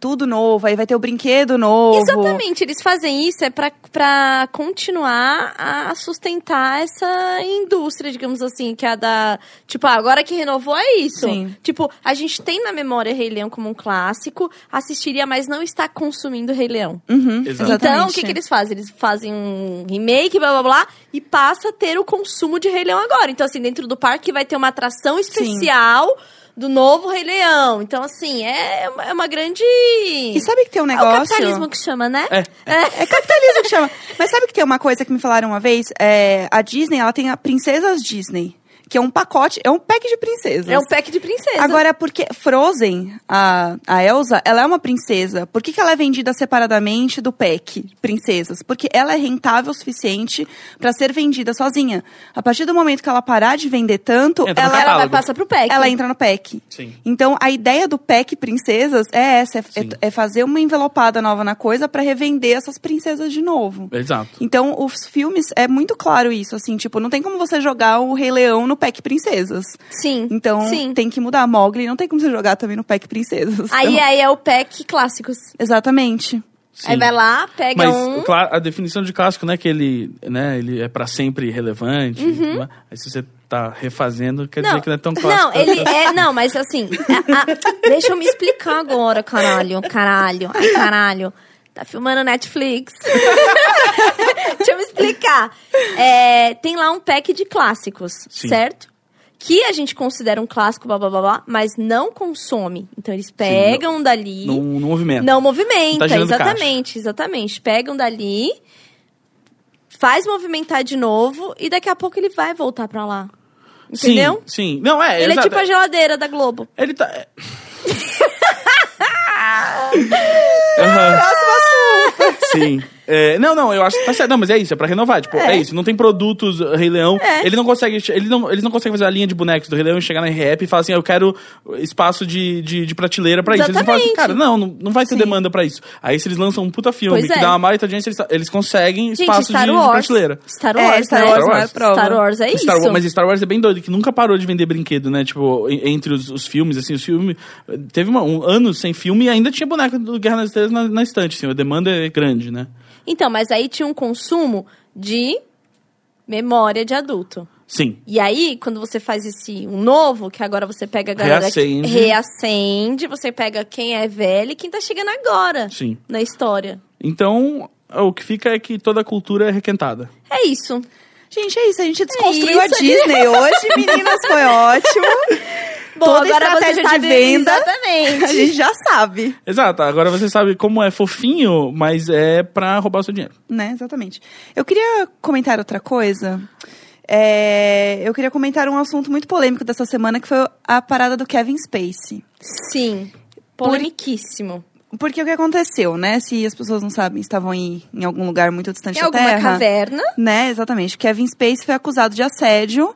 Speaker 3: Tudo novo, aí vai ter o brinquedo novo.
Speaker 1: Exatamente, eles fazem isso é pra- pra continuar a sustentar essa indústria, digamos assim, que é a da. Tipo, ah, agora que renovou é isso.
Speaker 3: Sim.
Speaker 1: Tipo, a gente tem na memória Rei Leão como um clássico, assistiria, mas não está consumindo Rei Leão.
Speaker 3: Uhum,
Speaker 2: Exato.
Speaker 3: exatamente.
Speaker 1: Então, o que, que eles fazem? Eles fazem um remake, blá blá blá, e passa a ter o consumo de Rei Leão agora. Então, assim, dentro do parque vai ter uma atração especial do novo Rei Leão. Então, assim, é uma, é uma grande.
Speaker 3: E sabe que tem um
Speaker 1: É o
Speaker 3: negócio...
Speaker 1: capitalismo que chama, né?
Speaker 2: É.
Speaker 3: É capitalismo que chama. Mas sabe que tem uma coisa que me falaram uma vez? É, a Disney, ela tem a Princesas Disney, que é um pacote, é um pack de princesas.
Speaker 1: É um pack de princesa.
Speaker 3: Agora, porque Frozen, a, a Elsa, ela é uma princesa. Por que, que ela é vendida separadamente do pack princesas? Porque ela é rentável o suficiente pra ser vendida sozinha. A partir do momento que ela parar de vender tanto,
Speaker 2: Entra no
Speaker 3: ela,
Speaker 1: ela vai
Speaker 2: catálogo.
Speaker 1: passar pro pack.
Speaker 3: ela é entra no pack.
Speaker 2: Sim.
Speaker 3: Então, a ideia do pack princesas é essa: é, é-
Speaker 2: Sim.
Speaker 3: é fazer uma envelopada nova na coisa pra revender essas princesas de novo.
Speaker 2: Exato.
Speaker 3: Então, os filmes, é muito claro isso, assim, tipo, não tem como você jogar o Rei Leão no pack princesas.
Speaker 1: Sim.
Speaker 3: Então
Speaker 1: Sim.
Speaker 3: tem que mudar. Mogli não tem como você jogar também no pack princesas.
Speaker 1: Aí, é.
Speaker 3: Então,
Speaker 1: aí é o pack clássicos.
Speaker 3: Exatamente.
Speaker 1: Aí
Speaker 2: Sim.
Speaker 1: vai lá, pega
Speaker 2: Mas
Speaker 1: um.
Speaker 2: cla- a definição de clássico, né? Que ele, né, ele é pra sempre relevante. né? Aí se você tá refazendo, quer dizer que não é tão clássico.
Speaker 1: Uhum. Não, ele é. Não, mas assim. a- a- deixa eu me explicar agora, caralho. Caralho. Ai, caralho. Tá filmando Netflix. [laughs] deixa eu me explicar. É, tem lá um pack de clássicos,
Speaker 2: Sim.
Speaker 1: certo? Que a gente considera um clássico, blá blá blá, blá mas não consome. Então eles pegam dali.
Speaker 2: No, no movimento.
Speaker 1: Não movimenta,
Speaker 2: Tá girando
Speaker 1: exatamente, exatamente. Pegam dali, faz movimentar de novo e daqui a pouco ele vai voltar pra lá. Entendeu?
Speaker 2: Sim, sim. Não, é,
Speaker 1: ele é
Speaker 2: exato.
Speaker 1: tipo a geladeira da Globo.
Speaker 2: Ele
Speaker 1: [laughs]
Speaker 2: tá. é.
Speaker 1: É
Speaker 2: Aham. Sim. É, não, não, eu acho que tá certo. Não, mas é isso, é pra renovar. Tipo, é, isso. Não tem produtos uh, Rei Leão.
Speaker 1: É.
Speaker 2: Ele não consegue. che- Ele não, eles não conseguem fazer a linha de bonecos do Rei Leão e chegar na rap e falar assim: eu quero espaço de, de, de prateleira pra isso. Eles não falam assim,
Speaker 1: Exatamente.
Speaker 2: cara, não, não, não vai ter demanda pra isso. Aí se eles lançam um puta filme
Speaker 1: Pois
Speaker 2: que
Speaker 1: é.
Speaker 2: dá uma mala audiência, eles, eles conseguem
Speaker 1: Gente,
Speaker 2: espaço de,
Speaker 1: Star
Speaker 2: de
Speaker 1: Wars.
Speaker 2: prateleira.
Speaker 1: Star
Speaker 3: É,
Speaker 1: Wars,
Speaker 3: Star
Speaker 1: né?
Speaker 2: Wars é a maior
Speaker 3: prova.
Speaker 1: Star Wars é
Speaker 2: Star
Speaker 1: isso.
Speaker 2: Wars, mas Star Wars é bem doido, que nunca parou de vender brinquedo, né? Tipo, en- entre os, os filmes, assim, os filmes. Teve uma- um ano sem filme e ainda tinha boneco do Guerra nas Estrelas na, na estante, assim, a demanda é grande, né?
Speaker 1: Então, mas aí tinha um consumo de memória de adulto.
Speaker 2: Sim.
Speaker 1: E aí, quando você faz esse um novo, que agora você pega a galera
Speaker 2: Reacende.
Speaker 1: que reacende, você pega quem é velho e quem tá chegando agora
Speaker 2: Sim.
Speaker 1: na história.
Speaker 2: Então, o que fica é que toda a cultura é requentada.
Speaker 1: É isso.
Speaker 3: Gente, é isso. A gente desconstruiu a
Speaker 1: isso. [laughs]
Speaker 3: Disney hoje, meninas. Foi ótimo.
Speaker 1: Bom,
Speaker 3: Toda
Speaker 1: agora
Speaker 3: estratégia
Speaker 1: você já
Speaker 3: de
Speaker 1: sabe-
Speaker 3: venda. A
Speaker 2: [laughs]
Speaker 1: Exatamente.
Speaker 3: gente já sabe,
Speaker 2: Exato, agora você sabe como é fofinho, mas é pra roubar o seu dinheiro.
Speaker 3: né? Exatamente. Eu queria comentar outra coisa. É, eu queria comentar um assunto muito polêmico dessa semana, que foi a parada do Kevin Spacey.
Speaker 1: Sim. Polemiquíssimo.
Speaker 3: Porque o que aconteceu, né? Se as pessoas não sabem, estavam em, em algum lugar muito distante
Speaker 1: Em
Speaker 3: da
Speaker 1: alguma
Speaker 3: Terra.
Speaker 1: caverna.
Speaker 3: Né, exatamente. Kevin Spacey foi acusado de assédio.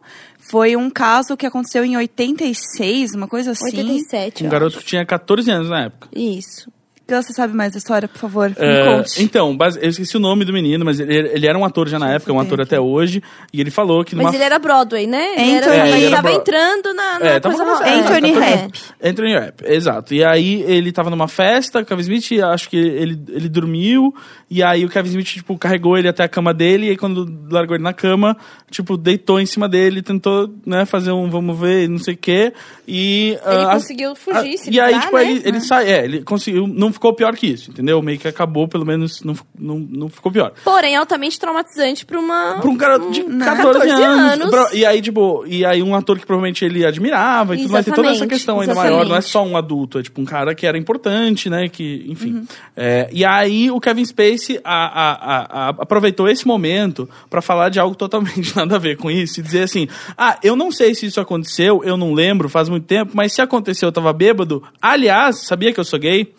Speaker 3: Foi um caso que aconteceu em 86, uma coisa assim.
Speaker 1: 87,
Speaker 2: Um
Speaker 1: ó.
Speaker 2: garoto que tinha 14 anos na época.
Speaker 1: Isso.
Speaker 3: Gus, Você sabe mais da história, por favor?
Speaker 2: É,
Speaker 3: Me conte.
Speaker 2: então, base- eu esqueci o nome do menino, mas ele, ele era um ator já na época, é um ator até hoje, e ele falou que
Speaker 1: Mas
Speaker 2: numa.
Speaker 1: ele era Broadway, né? Ele,
Speaker 3: Anthony-
Speaker 1: era,
Speaker 3: É, ele
Speaker 1: ele
Speaker 2: era
Speaker 1: tava
Speaker 2: Bro-
Speaker 1: entrando na, na
Speaker 2: É, tava
Speaker 1: coisa...
Speaker 2: começando,
Speaker 1: é,
Speaker 3: Anthony
Speaker 1: tá-
Speaker 3: Rapp.
Speaker 2: Anthony Rapp, exato. E aí ele tava numa festa, o Kevin Smith, acho que ele, ele dormiu, e aí o Kevin Smith, tipo, carregou ele até a cama dele, e aí quando largou ele na cama, tipo, deitou em cima dele, tentou, né, fazer um vamos ver, não sei o quê, e...
Speaker 1: Ele
Speaker 2: ah,
Speaker 1: conseguiu fugir, se
Speaker 2: E aí,
Speaker 1: livrar,
Speaker 2: tipo,
Speaker 1: né?
Speaker 2: ele, ele sai, é, ele conseguiu, não ficou pior que isso, entendeu? Meio que acabou, pelo menos, não, não, não ficou pior.
Speaker 1: Porém, altamente traumatizante pra uma...
Speaker 2: Pra um garoto de
Speaker 1: um-
Speaker 2: 14,
Speaker 1: 14
Speaker 2: anos.
Speaker 1: anos.
Speaker 2: Pra- e aí, tipo, e aí um ator que provavelmente ele admirava e tudo mais. Tem toda essa
Speaker 1: Exatamente,
Speaker 2: questão ainda
Speaker 1: exatamente.
Speaker 2: maior. Não é só um adulto, é tipo um cara que era importante, né? Que, enfim.
Speaker 1: Uhum.
Speaker 2: É, e aí o Kevin Spacey a- a- a- a- aproveitou esse momento pra falar de algo totalmente [laughs] nada a ver com isso e dizer assim: ah, eu não sei se isso aconteceu, eu não lembro, faz muito tempo, mas se aconteceu, eu tava bêbado. Aliás, sabia que eu sou gay?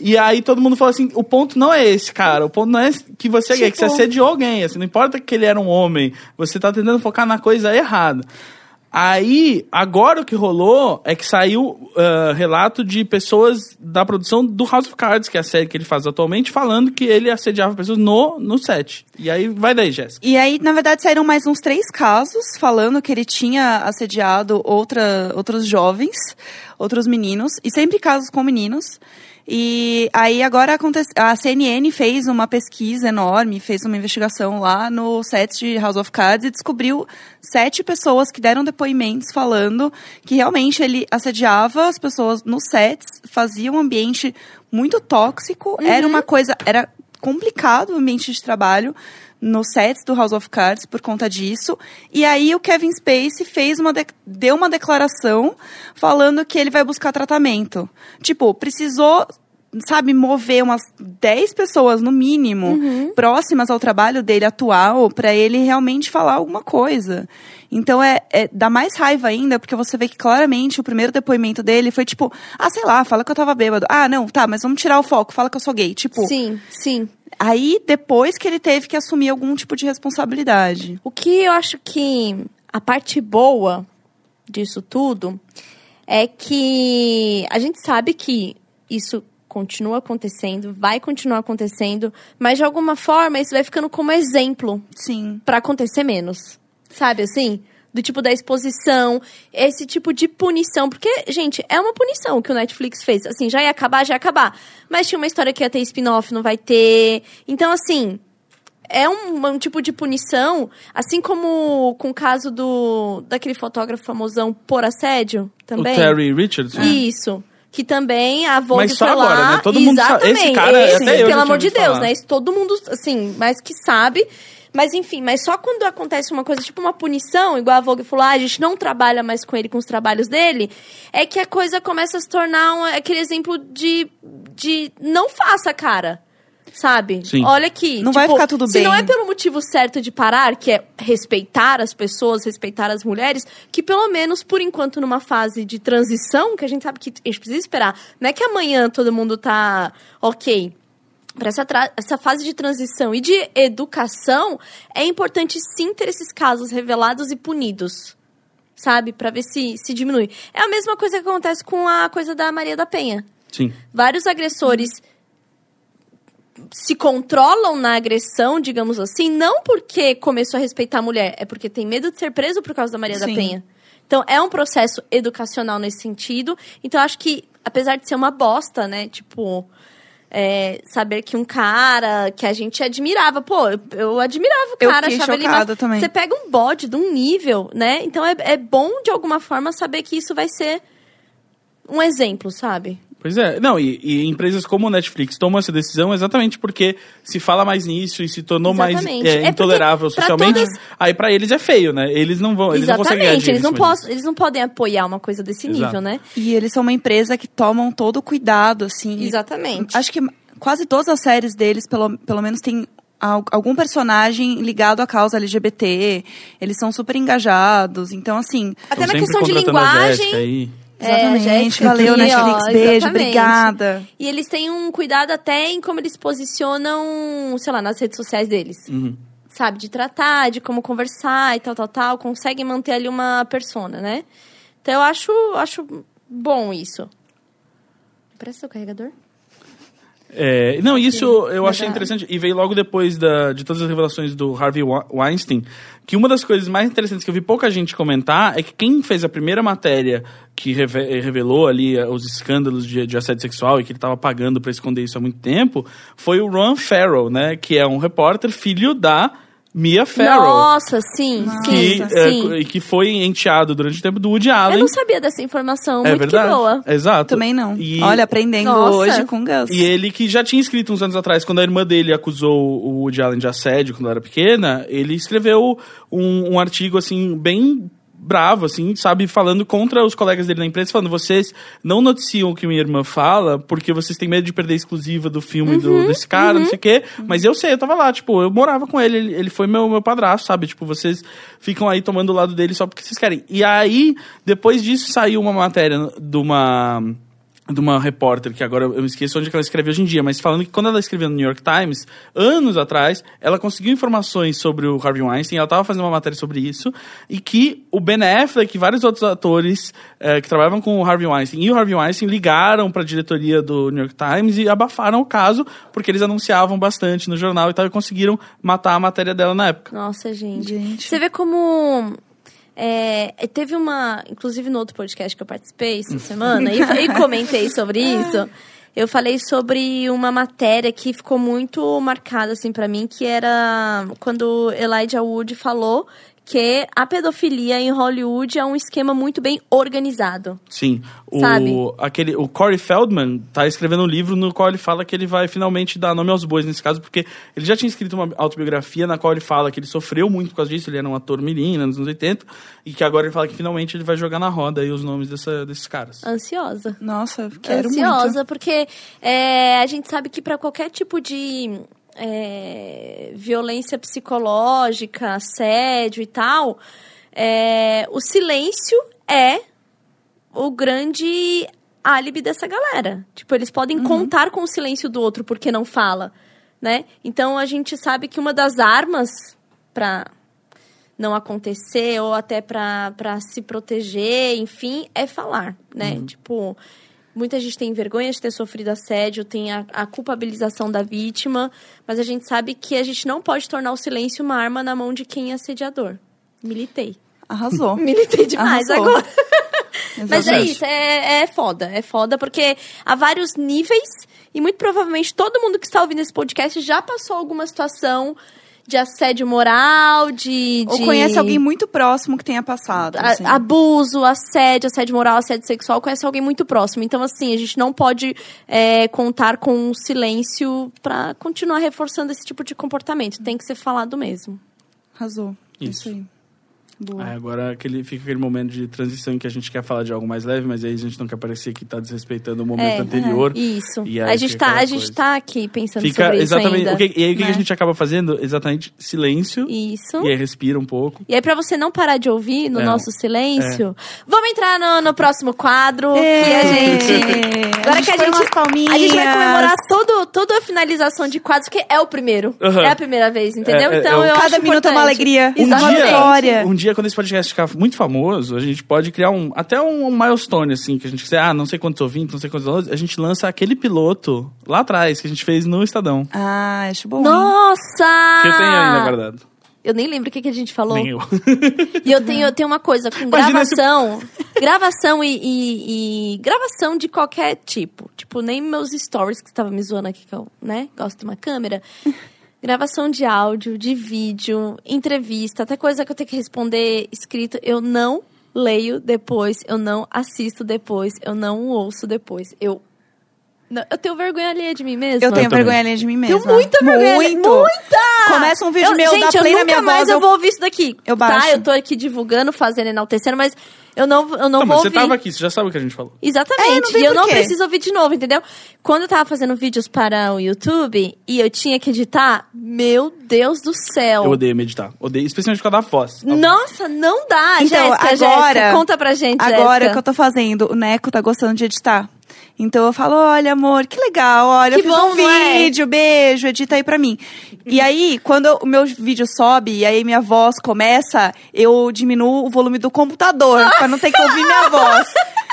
Speaker 2: E aí todo mundo falou assim: o ponto não é esse, cara. O ponto não é que você é gay, que você
Speaker 3: Tipo-
Speaker 2: é de alguém, assim, não importa que ele era um homem, você tá tentando focar na coisa errada. Aí, agora o que rolou é que saiu ah, relato de pessoas da produção do House of Cards, que é a série que ele faz atualmente, falando que ele assediava pessoas no, no set. E aí, vai daí, Jéssica.
Speaker 3: E aí, na verdade, saíram mais uns três casos falando que ele tinha assediado outra, outros jovens, outros meninos, e sempre casos com meninos. E aí agora aconte- a CNN fez uma pesquisa enorme, fez uma investigação lá no set de House of Cards e descobriu sete pessoas que deram depoimentos falando que realmente ele assediava as pessoas nos sets, fazia um ambiente muito tóxico, era uma coisa, era complicado o ambiente de trabalho nos sets do House of Cards por conta disso. E aí o Kevin Spacey fez uma de- deu uma declaração falando que ele vai buscar tratamento. Tipo, precisou sabe, mover umas 10 pessoas no mínimo próximas ao trabalho dele atual pra ele realmente falar alguma coisa. Então é, é- dá mais raiva ainda, porque você vê que claramente o primeiro depoimento dele foi tipo, ah, sei lá, fala que eu tava bêbado. Ah, não, tá, mas vamos tirar o foco, fala que eu sou gay. Tipo,
Speaker 1: Sim, sim.
Speaker 3: Aí depois que ele teve que assumir algum tipo de responsabilidade.
Speaker 1: O que eu acho que a parte boa disso tudo é que a gente sabe que isso continua acontecendo, vai continuar acontecendo, mas de alguma forma isso vai ficando como exemplo
Speaker 3: Sim.
Speaker 1: pra acontecer menos. Sabe assim? Do tipo da exposição, esse tipo de punição. Porque, gente, é uma punição que o Netflix fez. Assim, já ia acabar, já ia acabar. Mas tinha uma história que ia ter spin-off, não vai ter. Então, assim. É um, um tipo de punição, assim como com o caso do daquele fotógrafo famosão por assédio também.
Speaker 2: O Terry Richardson.
Speaker 1: Isso. Que também a Vogue
Speaker 2: né? Mas só
Speaker 1: foi lá.
Speaker 2: agora, né? Todo mundo sabe.
Speaker 1: Exatamente.
Speaker 2: Esse cara,
Speaker 1: Esse,
Speaker 2: até eu já
Speaker 1: pelo
Speaker 2: tinha
Speaker 1: amor de
Speaker 2: ouvido
Speaker 1: Deus,
Speaker 2: falar.
Speaker 1: né? Isso todo mundo, assim, mas que sabe. Mas enfim, mas só quando acontece uma coisa, tipo uma punição, igual a Vogue falou, ah, a gente não trabalha mais com ele, com os trabalhos dele, é que a coisa começa a se tornar um- aquele exemplo de, de não faça, cara. Sabe?
Speaker 2: Sim.
Speaker 1: Olha aqui.
Speaker 3: Não vai ficar tudo
Speaker 1: se
Speaker 3: bem.
Speaker 1: não é pelo motivo certo de parar, que é respeitar as pessoas, respeitar as mulheres, que pelo menos por enquanto numa fase de transição, que a gente sabe que a gente precisa esperar, não é que amanhã todo mundo tá ok. Para essa, tra- essa fase de transição e de educação, é importante sim ter esses casos revelados e punidos. Sabe? Pra ver se, se diminui. É a mesma coisa que acontece com a coisa da Maria da Penha
Speaker 2: Sim.
Speaker 1: vários agressores se controlam na agressão, digamos assim, não porque começou a respeitar a mulher, é porque tem medo de ser preso por causa da Maria da
Speaker 3: Sim.
Speaker 1: Penha. Então, é um processo educacional nesse sentido. Então, acho que, apesar de ser uma bosta, né? Tipo, é, saber que um cara que a gente admirava, pô, eu, eu admirava o
Speaker 3: Eu
Speaker 1: cara,
Speaker 3: fiquei
Speaker 1: achava ele
Speaker 3: chocada
Speaker 1: massa.
Speaker 3: também.
Speaker 1: Você pega um bode de um nível, né? Então, é, é bom, de alguma forma, saber que isso vai ser um exemplo, sabe?
Speaker 2: Pois é. Não, e, e empresas como a Netflix tomam essa decisão exatamente porque se fala mais nisso e se tornou
Speaker 1: Exatamente.
Speaker 2: mais
Speaker 1: É
Speaker 2: é,
Speaker 1: porque
Speaker 2: intolerável
Speaker 1: pra
Speaker 2: socialmente,
Speaker 1: todas-
Speaker 2: aí pra eles é feio, né? Eles não vão, eles não conseguem ganhar
Speaker 1: Exatamente,
Speaker 2: dinheiro
Speaker 1: eles não,
Speaker 2: em cima disso.
Speaker 1: posso- eles não podem apoiar uma coisa desse
Speaker 2: Exato.
Speaker 1: nível, né?
Speaker 3: E eles são uma empresa que tomam todo o cuidado, assim. e
Speaker 1: Exatamente.
Speaker 3: Acho que quase todas as séries deles, pelo, pelo menos, tem al- algum personagem ligado à causa LGBT. Eles são super engajados. Então, assim,
Speaker 1: Até na
Speaker 2: Tão sempre
Speaker 1: questão de
Speaker 2: contratando a
Speaker 1: linguagem.
Speaker 2: Jéssica aí.
Speaker 1: É,
Speaker 3: Exatamente.
Speaker 1: Jéssica
Speaker 3: Valeu,
Speaker 1: aqui,
Speaker 3: Netflix.
Speaker 1: ó,
Speaker 3: Beijo,
Speaker 1: exatamente.
Speaker 3: obrigada.
Speaker 1: E eles têm um cuidado até em como eles posicionam, sei lá, nas redes sociais deles.
Speaker 2: Uhum.
Speaker 1: Sabe, de tratar, de como conversar e tal, tal, tal. Conseguem manter ali uma persona, né? Então eu acho, acho bom isso. Parece seu carregador?
Speaker 2: É, não, isso eu
Speaker 1: Mas
Speaker 2: achei
Speaker 1: a-
Speaker 2: interessante. E veio logo depois da- de todas as revelações do Harvey Wa- Weinstein. Que uma das coisas mais interessantes que eu vi pouca gente comentar é que quem fez a primeira matéria que reve- eh, revelou ali eh, os escândalos de, de assédio sexual e que ele estava pagando para esconder isso há muito tempo foi o Ron Farrell, né? Que é um repórter filho da Mia Farrell.
Speaker 1: Nossa, sim,
Speaker 2: Que,
Speaker 1: sim,
Speaker 2: eh,
Speaker 1: sim.
Speaker 2: co- e que foi enteado durante o tempo do Woody
Speaker 1: Eu
Speaker 2: Allen.
Speaker 1: não sabia dessa informação,
Speaker 2: é
Speaker 1: muito
Speaker 2: verdade.
Speaker 1: que boa.
Speaker 2: Exato.
Speaker 3: também não.
Speaker 2: E-
Speaker 3: Olha, aprendendo
Speaker 1: Nossa.
Speaker 3: hoje com Gus.
Speaker 2: e ele que já tinha escrito uns anos atrás, quando a irmã dele acusou o Woody Allen de assédio quando ela era pequena, ele escreveu um, um artigo, assim, bem bravo, assim, sabe, falando contra os colegas dele na imprensa, falando, vocês não noticiam o que minha irmã fala, porque vocês têm medo de perder a exclusiva do filme do, desse cara, não sei o quê, mas eu sei, eu tava lá, tipo, eu morava com ele, ele, ele foi meu, meu padrasto, sabe, tipo, vocês ficam aí tomando o lado dele só porque vocês querem. E aí, depois disso, saiu uma matéria de uma de uma repórter, que agora eu me esqueço onde que ela escreve hoje em dia, mas falando que quando ela escreveu no New York Times, anos atrás, ela conseguiu informações sobre o Harvey Weinstein, ela estava fazendo uma matéria sobre isso, e que o Ben Affleck e vários outros atores eh, que trabalhavam com o Harvey Weinstein e o Harvey Weinstein ligaram para a diretoria do New York Times e abafaram o caso, porque eles anunciavam bastante no jornal e tal, e conseguiram matar a matéria dela na época.
Speaker 1: Nossa, gente.
Speaker 3: Gente.
Speaker 1: Você vê como. é, teve uma. Inclusive no outro podcast que eu participei essa semana, e, e comentei sobre isso. Eu falei sobre uma matéria que ficou muito marcada, assim, pra mim, que era quando Elijah Wood falou que a pedofilia em Hollywood é um esquema muito bem organizado.
Speaker 2: Sim. O,
Speaker 1: Sabe?
Speaker 2: Aquele, o Corey Feldman tá escrevendo um livro no qual ele fala que ele vai finalmente dar nome aos bois nesse caso, porque ele já tinha escrito uma autobiografia na qual ele fala que ele sofreu muito por causa disso, ele era um ator mirim nos anos 80, e que agora ele fala que finalmente ele vai jogar na roda aí os nomes dessa- desses caras.
Speaker 1: Ah. Ansiosa.
Speaker 3: Nossa, eu quero
Speaker 1: ansiosa,
Speaker 3: muito.
Speaker 1: porque é, a gente sabe que para qualquer tipo de é, violência psicológica, assédio e tal, é, o silêncio é o grande álibi dessa galera. Tipo, eles podem contar com o silêncio do outro porque não fala, né? Então a gente sabe que uma das armas para não acontecer ou até para se proteger, enfim, é falar, né?
Speaker 3: Uhum.
Speaker 1: Tipo, muita gente tem vergonha de ter sofrido assédio, tem a, a culpabilização da vítima, mas a gente sabe que a gente não pode tornar o silêncio uma arma na mão de quem é assediador.
Speaker 3: [laughs]
Speaker 1: Militei.
Speaker 3: Arrasou.
Speaker 1: Militei demais
Speaker 3: Arrasou.
Speaker 1: agora. [laughs] Mas é
Speaker 3: Exatamente.
Speaker 1: isso, é, é foda. É foda porque há vários níveis e muito provavelmente todo mundo que está ouvindo esse podcast já passou alguma situação de assédio moral, de.
Speaker 3: Ou
Speaker 1: de-
Speaker 3: conhece alguém muito próximo que tenha passado.
Speaker 1: a-
Speaker 3: assim.
Speaker 1: abuso, assédio, assédio moral, assédio sexual, conhece alguém muito próximo. Então, assim, a gente não pode é, contar com um silêncio pra continuar reforçando esse tipo de comportamento. Tem que ser falado mesmo.
Speaker 3: Arrasou. É Isso.
Speaker 2: Isso.
Speaker 3: aí. Boa.
Speaker 2: Aí agora aquele, fica aquele momento de transição em que a gente quer falar de algo mais leve, mas aí a gente não quer parecer que tá desrespeitando o
Speaker 1: É,
Speaker 2: momento anterior.
Speaker 1: Isso.
Speaker 2: E aí
Speaker 1: A gente,
Speaker 2: fica
Speaker 1: tá,
Speaker 2: aquela
Speaker 1: a gente
Speaker 2: coisa.
Speaker 1: tá aqui pensando
Speaker 2: Fica
Speaker 1: sobre isso
Speaker 2: exatamente.
Speaker 1: ainda.
Speaker 2: o que- e aí o que, que
Speaker 3: né?
Speaker 2: a gente acaba fazendo? Exatamente silêncio.
Speaker 1: Isso.
Speaker 2: E aí respira um pouco.
Speaker 1: E aí, pra você não parar de ouvir no
Speaker 2: É.
Speaker 1: nosso silêncio, vamos entrar no, no próximo quadro.
Speaker 3: É.
Speaker 1: que a
Speaker 3: Ê,
Speaker 1: gente.
Speaker 3: Agora que a gente, umas palminhas.
Speaker 1: A gente vai comemorar todo, toda a finalização de quadros, porque é o primeiro.
Speaker 2: Aham.
Speaker 1: É a primeira vez, entendeu?
Speaker 2: É, é,
Speaker 1: então,
Speaker 2: é o-
Speaker 1: eu acho
Speaker 3: Cada minuto é uma
Speaker 1: importante.
Speaker 3: alegria.
Speaker 1: Um
Speaker 3: uma
Speaker 1: dia-
Speaker 3: vitória.
Speaker 2: Um dia, quando esse podcast ficar muito famoso, a gente pode criar um até um, milestone, assim, que a gente quiser, ah, não sei quantos ouvintes, não sei quantos ouvintes, a gente lança aquele piloto lá atrás, que a gente fez no Estadão.
Speaker 3: Ah, acho bom. hein?
Speaker 1: Nossa!
Speaker 2: Que eu tenho
Speaker 1: Ah,
Speaker 2: ainda guardado.
Speaker 1: Eu nem lembro o que, que a gente falou.
Speaker 2: Nem eu.
Speaker 1: E eu tenho, eu tenho uma coisa com
Speaker 2: Imagina esse-
Speaker 1: gravação. Gravação e, e- e Gravação de qualquer tipo. Tipo, nem meus stories que estava me zoando aqui, que eu, né? Gosto de uma
Speaker 3: [laughs]
Speaker 1: câmera. Gravação de áudio, de vídeo, entrevista, até coisa que eu tenho que responder escrito. Eu não leio depois, eu não assisto depois, eu não ouço depois. Eu. não- eu tenho vergonha alheia de mim mesma.
Speaker 3: Eu tenho
Speaker 2: Eu também.
Speaker 3: vergonha alheia de mim mesma.
Speaker 1: Tenho muita vergonha alheia,
Speaker 3: Muito. Começa um vídeo
Speaker 1: Eu-
Speaker 3: meu,
Speaker 1: gente,
Speaker 3: dá play
Speaker 1: eu
Speaker 3: na minha
Speaker 1: nunca mais
Speaker 3: voz.
Speaker 1: eu vou ouvir isso daqui.
Speaker 3: eu
Speaker 1: tá,
Speaker 3: baixo.
Speaker 1: eu tô aqui divulgando, fazendo, enaltecendo, mas Eu não, eu não,
Speaker 2: [laughs] Não,
Speaker 1: vou
Speaker 2: mas você
Speaker 1: ouvir.
Speaker 2: tava aqui, você já sabe o que a gente falou.
Speaker 3: É, não
Speaker 1: Exatamente.
Speaker 3: tem
Speaker 1: e eu
Speaker 3: por
Speaker 1: não
Speaker 3: quê.
Speaker 1: preciso ouvir de novo, entendeu? Quando eu tava fazendo vídeos para o YouTube e eu tinha que editar, meu Deus do céu.
Speaker 2: Eu odeio meditar. Odeio, especialmente por causa da voz.
Speaker 1: Nossa, não dá,
Speaker 3: Então,
Speaker 1: Jéssica,
Speaker 3: agora-
Speaker 1: Jéssica, conta pra gente,
Speaker 3: Agora o que
Speaker 1: Jéssica.
Speaker 3: eu tô fazendo, o Neco tá gostando de editar. Então eu falo, olha, amor, que legal,
Speaker 1: Que
Speaker 3: olha, eu fiz
Speaker 1: bom,
Speaker 3: um
Speaker 1: não é?
Speaker 3: vídeo, beijo, edita aí pra mim. E aí, quando eu- o meu vídeo sobe e aí minha voz começa, eu diminuo o volume do computador,
Speaker 1: [laughs]
Speaker 3: pra não ter que ouvir minha voz.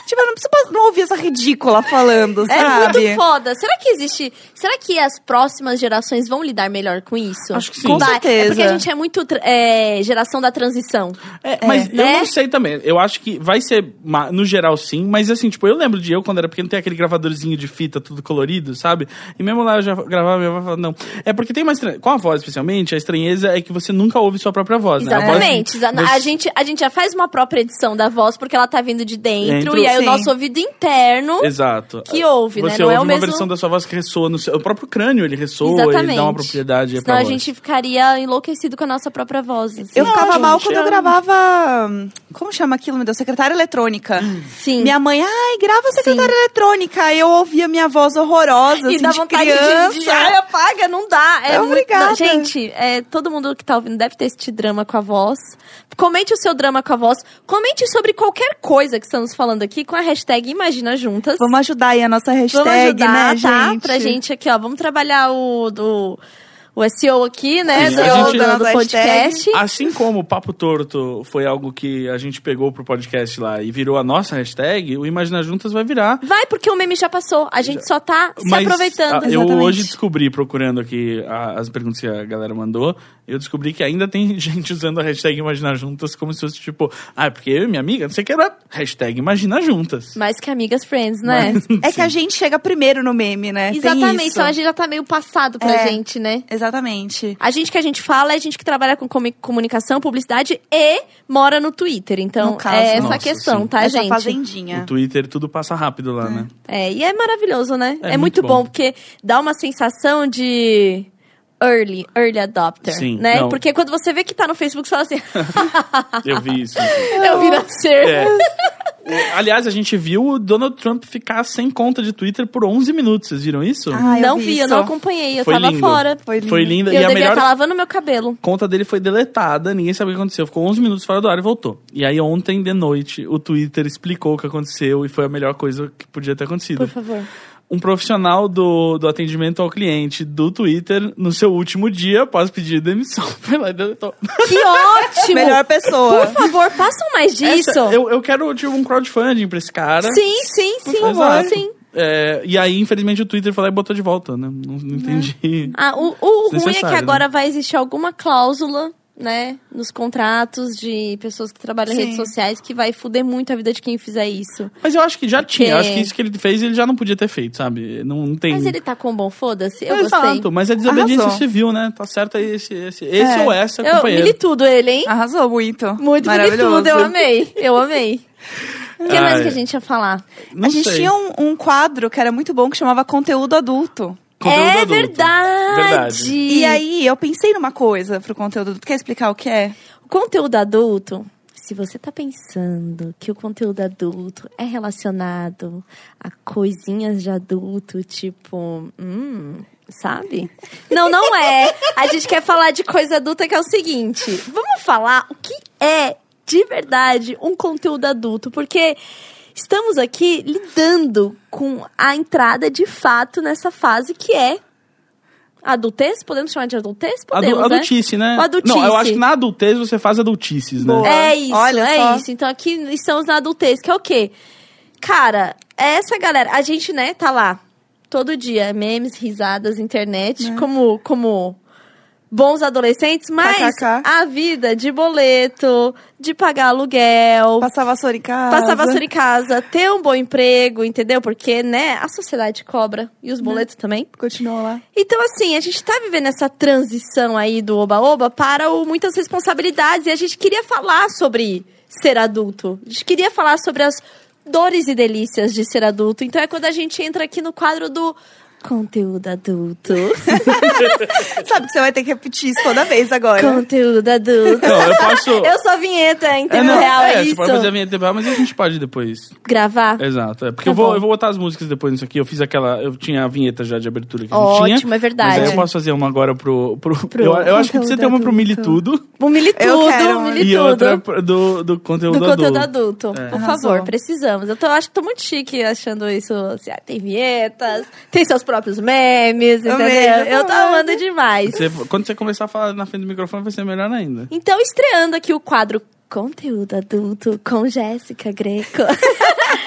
Speaker 3: Tipo, eu não preciso pas- não ouvir essa ridícula falando,
Speaker 1: É
Speaker 3: sabe?
Speaker 1: muito foda. Será que existe. Será que as próximas gerações vão lidar melhor com isso?
Speaker 2: Acho que sim.
Speaker 1: Vai.
Speaker 2: Com
Speaker 1: É
Speaker 3: certeza.
Speaker 1: porque a gente é muito tra- é, geração da transição.
Speaker 2: É, mas
Speaker 1: né?
Speaker 2: eu não sei também. Eu acho que vai ser, ma- no geral, sim. Mas assim, tipo, eu lembro de eu, quando era pequeno, ter aquele gravadorzinho de fita, tudo colorido, sabe? E mesmo lá eu já gravava, minha avó falava, não. É porque tem uma estranheza. Com a voz, especialmente, a estranheza é que você nunca ouve sua própria voz, né? A voz-
Speaker 1: Exatamente. Exa-
Speaker 2: você-
Speaker 1: A, gente, a gente já faz uma própria edição da voz, porque ela tá vindo de dentro,
Speaker 2: Dentro,
Speaker 1: e aí o
Speaker 3: sim.
Speaker 1: nosso ouvido interno.
Speaker 2: Exato.
Speaker 1: que ouve, né?
Speaker 2: você
Speaker 1: Não
Speaker 2: ouve
Speaker 1: é o
Speaker 2: uma
Speaker 1: mesmo-
Speaker 2: versão da sua voz que ressoa no seu... O próprio crânio, ele ressoa, ele
Speaker 1: Exatamente.
Speaker 2: dá uma propriedade
Speaker 1: Senão
Speaker 2: pra
Speaker 1: a
Speaker 2: voz.
Speaker 1: gente ficaria enlouquecido com a nossa própria voz. assim.
Speaker 3: Eu ficava
Speaker 2: gente,
Speaker 3: mal quando eu
Speaker 2: é.
Speaker 3: gravava. Como chama aquilo, meu Deus? Secretária eletrônica.
Speaker 1: Sim.
Speaker 3: Minha mãe, ai, grava secretária eletrônica. Eu ouvia minha voz horrorosa,
Speaker 1: e
Speaker 3: assim,
Speaker 1: dá
Speaker 3: de
Speaker 1: vontade
Speaker 3: criança.
Speaker 1: de, de ai, apaga, não dá. É
Speaker 3: É
Speaker 1: muito-
Speaker 3: obrigada.
Speaker 1: não, gente, é, todo mundo que tá ouvindo deve ter este drama com a voz. Comente o seu drama com a voz. Comente sobre qualquer coisa que estamos falando aqui com a hashtag Imagina Juntas.
Speaker 3: Vamos ajudar aí a nossa hashtag,
Speaker 1: Vamos ajudar,
Speaker 3: né,
Speaker 1: tá?
Speaker 3: gente?
Speaker 1: Pra gente aqui, ó. Vamos trabalhar o do o SEO aqui, né?
Speaker 2: Sim,
Speaker 1: do,
Speaker 2: a gente-
Speaker 1: do- do
Speaker 3: hashtag.
Speaker 1: podcast.
Speaker 2: Assim como o Papo Torto foi algo que a gente pegou pro podcast lá e virou a nossa hashtag, o Imagina Juntas vai virar
Speaker 1: Vai, porque o meme já passou. A gente só tá se
Speaker 2: Mas,
Speaker 1: aproveitando.
Speaker 2: ah, eu
Speaker 3: Exatamente.
Speaker 2: hoje descobri, procurando aqui a- as perguntas que a galera mandou, eu descobri que ainda tem [laughs] gente usando a hashtag Imaginar Juntas como se fosse tipo, ah, é porque eu e minha amiga, não sei o que era, hashtag Imaginar Juntas.
Speaker 1: Mais que amigas friends, né?
Speaker 3: É que a gente chega primeiro no meme, né? Tem
Speaker 1: Exatamente.
Speaker 3: isso.
Speaker 1: Então a gente já tá meio passado pra
Speaker 3: É.
Speaker 1: gente, né?
Speaker 3: Exatamente.
Speaker 1: A gente que a gente fala é a gente que trabalha com comi- comunicação, publicidade e mora no Twitter. Então,
Speaker 3: No caso.
Speaker 1: é essa
Speaker 2: Nossa,
Speaker 1: a questão,
Speaker 2: sim.
Speaker 1: tá,
Speaker 3: Essa
Speaker 1: gente?
Speaker 2: O
Speaker 3: fazendinha.
Speaker 2: Twitter tudo passa rápido lá, né?
Speaker 1: É, e é maravilhoso, né? É,
Speaker 2: É
Speaker 1: muito,
Speaker 2: muito
Speaker 1: bom.
Speaker 2: bom.
Speaker 1: porque dá uma sensação de early, early adopter,
Speaker 2: Sim,
Speaker 1: né?
Speaker 2: não.
Speaker 1: Porque quando você vê que tá no Facebook, você fala assim, [laughs]
Speaker 2: Eu vi isso. assim.
Speaker 1: eu viro a ser. [laughs]
Speaker 2: É. O- Aliás, a gente viu o Donald Trump ficar sem conta de Twitter por 11 minutos, vocês viram isso?
Speaker 3: Ah, eu
Speaker 1: não
Speaker 3: vi
Speaker 1: vi, eu
Speaker 3: isso.
Speaker 1: não acompanhei, eu
Speaker 2: Foi
Speaker 1: tava
Speaker 2: lindo.
Speaker 1: fora.
Speaker 3: Foi lindo.
Speaker 2: Foi linda.
Speaker 1: Eu
Speaker 2: e a
Speaker 1: devia
Speaker 2: melhor
Speaker 1: estar lavando meu cabelo.
Speaker 2: conta dele foi deletada, ninguém sabe o que aconteceu. Ficou 11 minutos fora do ar e voltou. E aí ontem de noite o Twitter explicou o que aconteceu e foi a melhor coisa que podia ter acontecido.
Speaker 1: Por favor.
Speaker 2: [laughs] Um profissional do, do atendimento ao cliente do Twitter, no seu último dia, após pedir demissão, [laughs] foi lá e deletou.
Speaker 1: Que ótimo!
Speaker 3: Melhor pessoa.
Speaker 1: Por favor, façam mais disso.
Speaker 2: Essa- eu, eu quero tipo, um crowdfunding pra esse cara.
Speaker 1: Sim, sim, sim.
Speaker 2: Exato.
Speaker 1: sim.
Speaker 2: É, e aí, infelizmente, o Twitter falou e botou de volta, né? Não, não entendi.
Speaker 1: Ah, o, o ruim é que
Speaker 2: Desnecessário, né?
Speaker 1: agora vai existir alguma cláusula, né, nos contratos de pessoas que trabalham em
Speaker 3: Sim.
Speaker 1: redes sociais que vai fuder muito a vida de quem fizer isso.
Speaker 2: Mas eu acho que já tinha. Eu acho que
Speaker 1: Porque-
Speaker 2: isso que ele fez, ele já não podia ter feito, sabe? Não, não tem.
Speaker 1: É. Mas ele tá com bom foda-se, eu
Speaker 2: Exato,
Speaker 1: gostei.
Speaker 2: mas é desobediência
Speaker 3: Arrasou.
Speaker 2: civil, né? Tá certo aí esse, esse, esse
Speaker 3: É.
Speaker 2: ou essa Ah,
Speaker 1: Eu
Speaker 2: companheiro.
Speaker 1: li tudo ele, hein?
Speaker 3: Arrasou muito.
Speaker 1: Muito
Speaker 3: Maravilhoso.
Speaker 1: tudo, eu amei, eu
Speaker 2: [laughs]
Speaker 1: amei. O que mais
Speaker 2: Ai.
Speaker 1: que a gente ia falar?
Speaker 2: Não
Speaker 3: a gente
Speaker 2: sei.
Speaker 3: tinha um, um quadro que era muito bom que chamava Conteúdo Adulto.
Speaker 2: Conteúdo
Speaker 1: é
Speaker 2: adulto.
Speaker 1: verdade!
Speaker 2: Verdade.
Speaker 3: E aí eu pensei numa coisa pro conteúdo adulto. Quer explicar o que é?
Speaker 1: O conteúdo adulto, se você tá pensando que o conteúdo adulto é relacionado a coisinhas de adulto, tipo, hum, sabe? Não, não é. A gente quer falar de coisa adulta que é o seguinte: vamos falar o que é de verdade um conteúdo adulto, porque estamos aqui lidando com a entrada de fato nessa fase que é adultez, podemos chamar de adultez?
Speaker 2: Adu-
Speaker 1: Podemos, né?
Speaker 2: adultice, né?
Speaker 1: O adultice.
Speaker 2: Não, eu acho que na adultez você faz adultices, né?
Speaker 3: Boa.
Speaker 1: É isso,
Speaker 3: Olha
Speaker 1: é
Speaker 3: só.
Speaker 1: isso. Então aqui estamos na adultez, que é o quê? Cara, essa galera, a gente, né, tá lá todo dia, memes, risadas, internet,
Speaker 3: Né?
Speaker 1: como como bons adolescentes, mas
Speaker 3: KKK.
Speaker 1: a vida de boleto, de pagar aluguel,
Speaker 3: Passar vassoura em casa.
Speaker 1: passar vassoura em casa, ter um bom emprego, entendeu? Porque, né, a sociedade cobra e
Speaker 3: Né?
Speaker 1: os boletos também.
Speaker 3: Continua lá.
Speaker 1: Então, assim, a gente tá vivendo essa transição aí do oba-oba para o muitas responsabilidades. E a gente queria falar sobre ser adulto. A gente queria falar sobre as dores e delícias de ser adulto. Então é quando a gente entra aqui no quadro do Conteúdo
Speaker 2: [laughs]
Speaker 1: adulto.
Speaker 3: Sabe que você vai ter que repetir isso toda vez agora.
Speaker 1: Conteúdo adulto.
Speaker 2: Não, eu posso.
Speaker 1: [laughs] Eu sou vinheta em
Speaker 2: É,
Speaker 1: tempo
Speaker 2: não,
Speaker 1: real, é,
Speaker 2: é, você
Speaker 1: isso?
Speaker 2: pode fazer a vinheta temporal, mas a gente pode depois.
Speaker 1: Gravar?
Speaker 2: Exato. É, porque
Speaker 1: Tá
Speaker 2: eu, vou,
Speaker 1: bom.
Speaker 2: eu vou botar as músicas depois nisso aqui. Eu fiz aquela. Eu tinha a vinheta já de abertura que a gente tinha.
Speaker 1: Ótimo, é
Speaker 2: Mas aí
Speaker 1: verdade.
Speaker 2: eu posso fazer uma agora pro. pro,
Speaker 1: Pro
Speaker 2: eu, eu acho que
Speaker 3: conteúdo
Speaker 2: precisa ter uma pro
Speaker 3: adulto.
Speaker 2: Mili Tudo
Speaker 1: Um militudo,
Speaker 3: Eu quero,
Speaker 1: um
Speaker 3: amor.
Speaker 2: e outra
Speaker 1: militudo.
Speaker 2: pro- do, do conteúdo
Speaker 1: Do conteúdo
Speaker 2: adulto. É.
Speaker 1: adulto. Por
Speaker 3: Arrasou.
Speaker 1: favor, precisamos. Eu tô, acho que tô muito chique achando isso. assim, ah, tem vinhetas, tem seus próprios memes, entendeu?
Speaker 3: mesmo,
Speaker 1: eu tô
Speaker 3: amando.
Speaker 1: amando demais.
Speaker 2: Você- quando você começar a falar na frente do microfone, vai ser melhor ainda.
Speaker 1: Então, estreando aqui o quadro Conteúdo Adulto com Jéssica Greco. [laughs]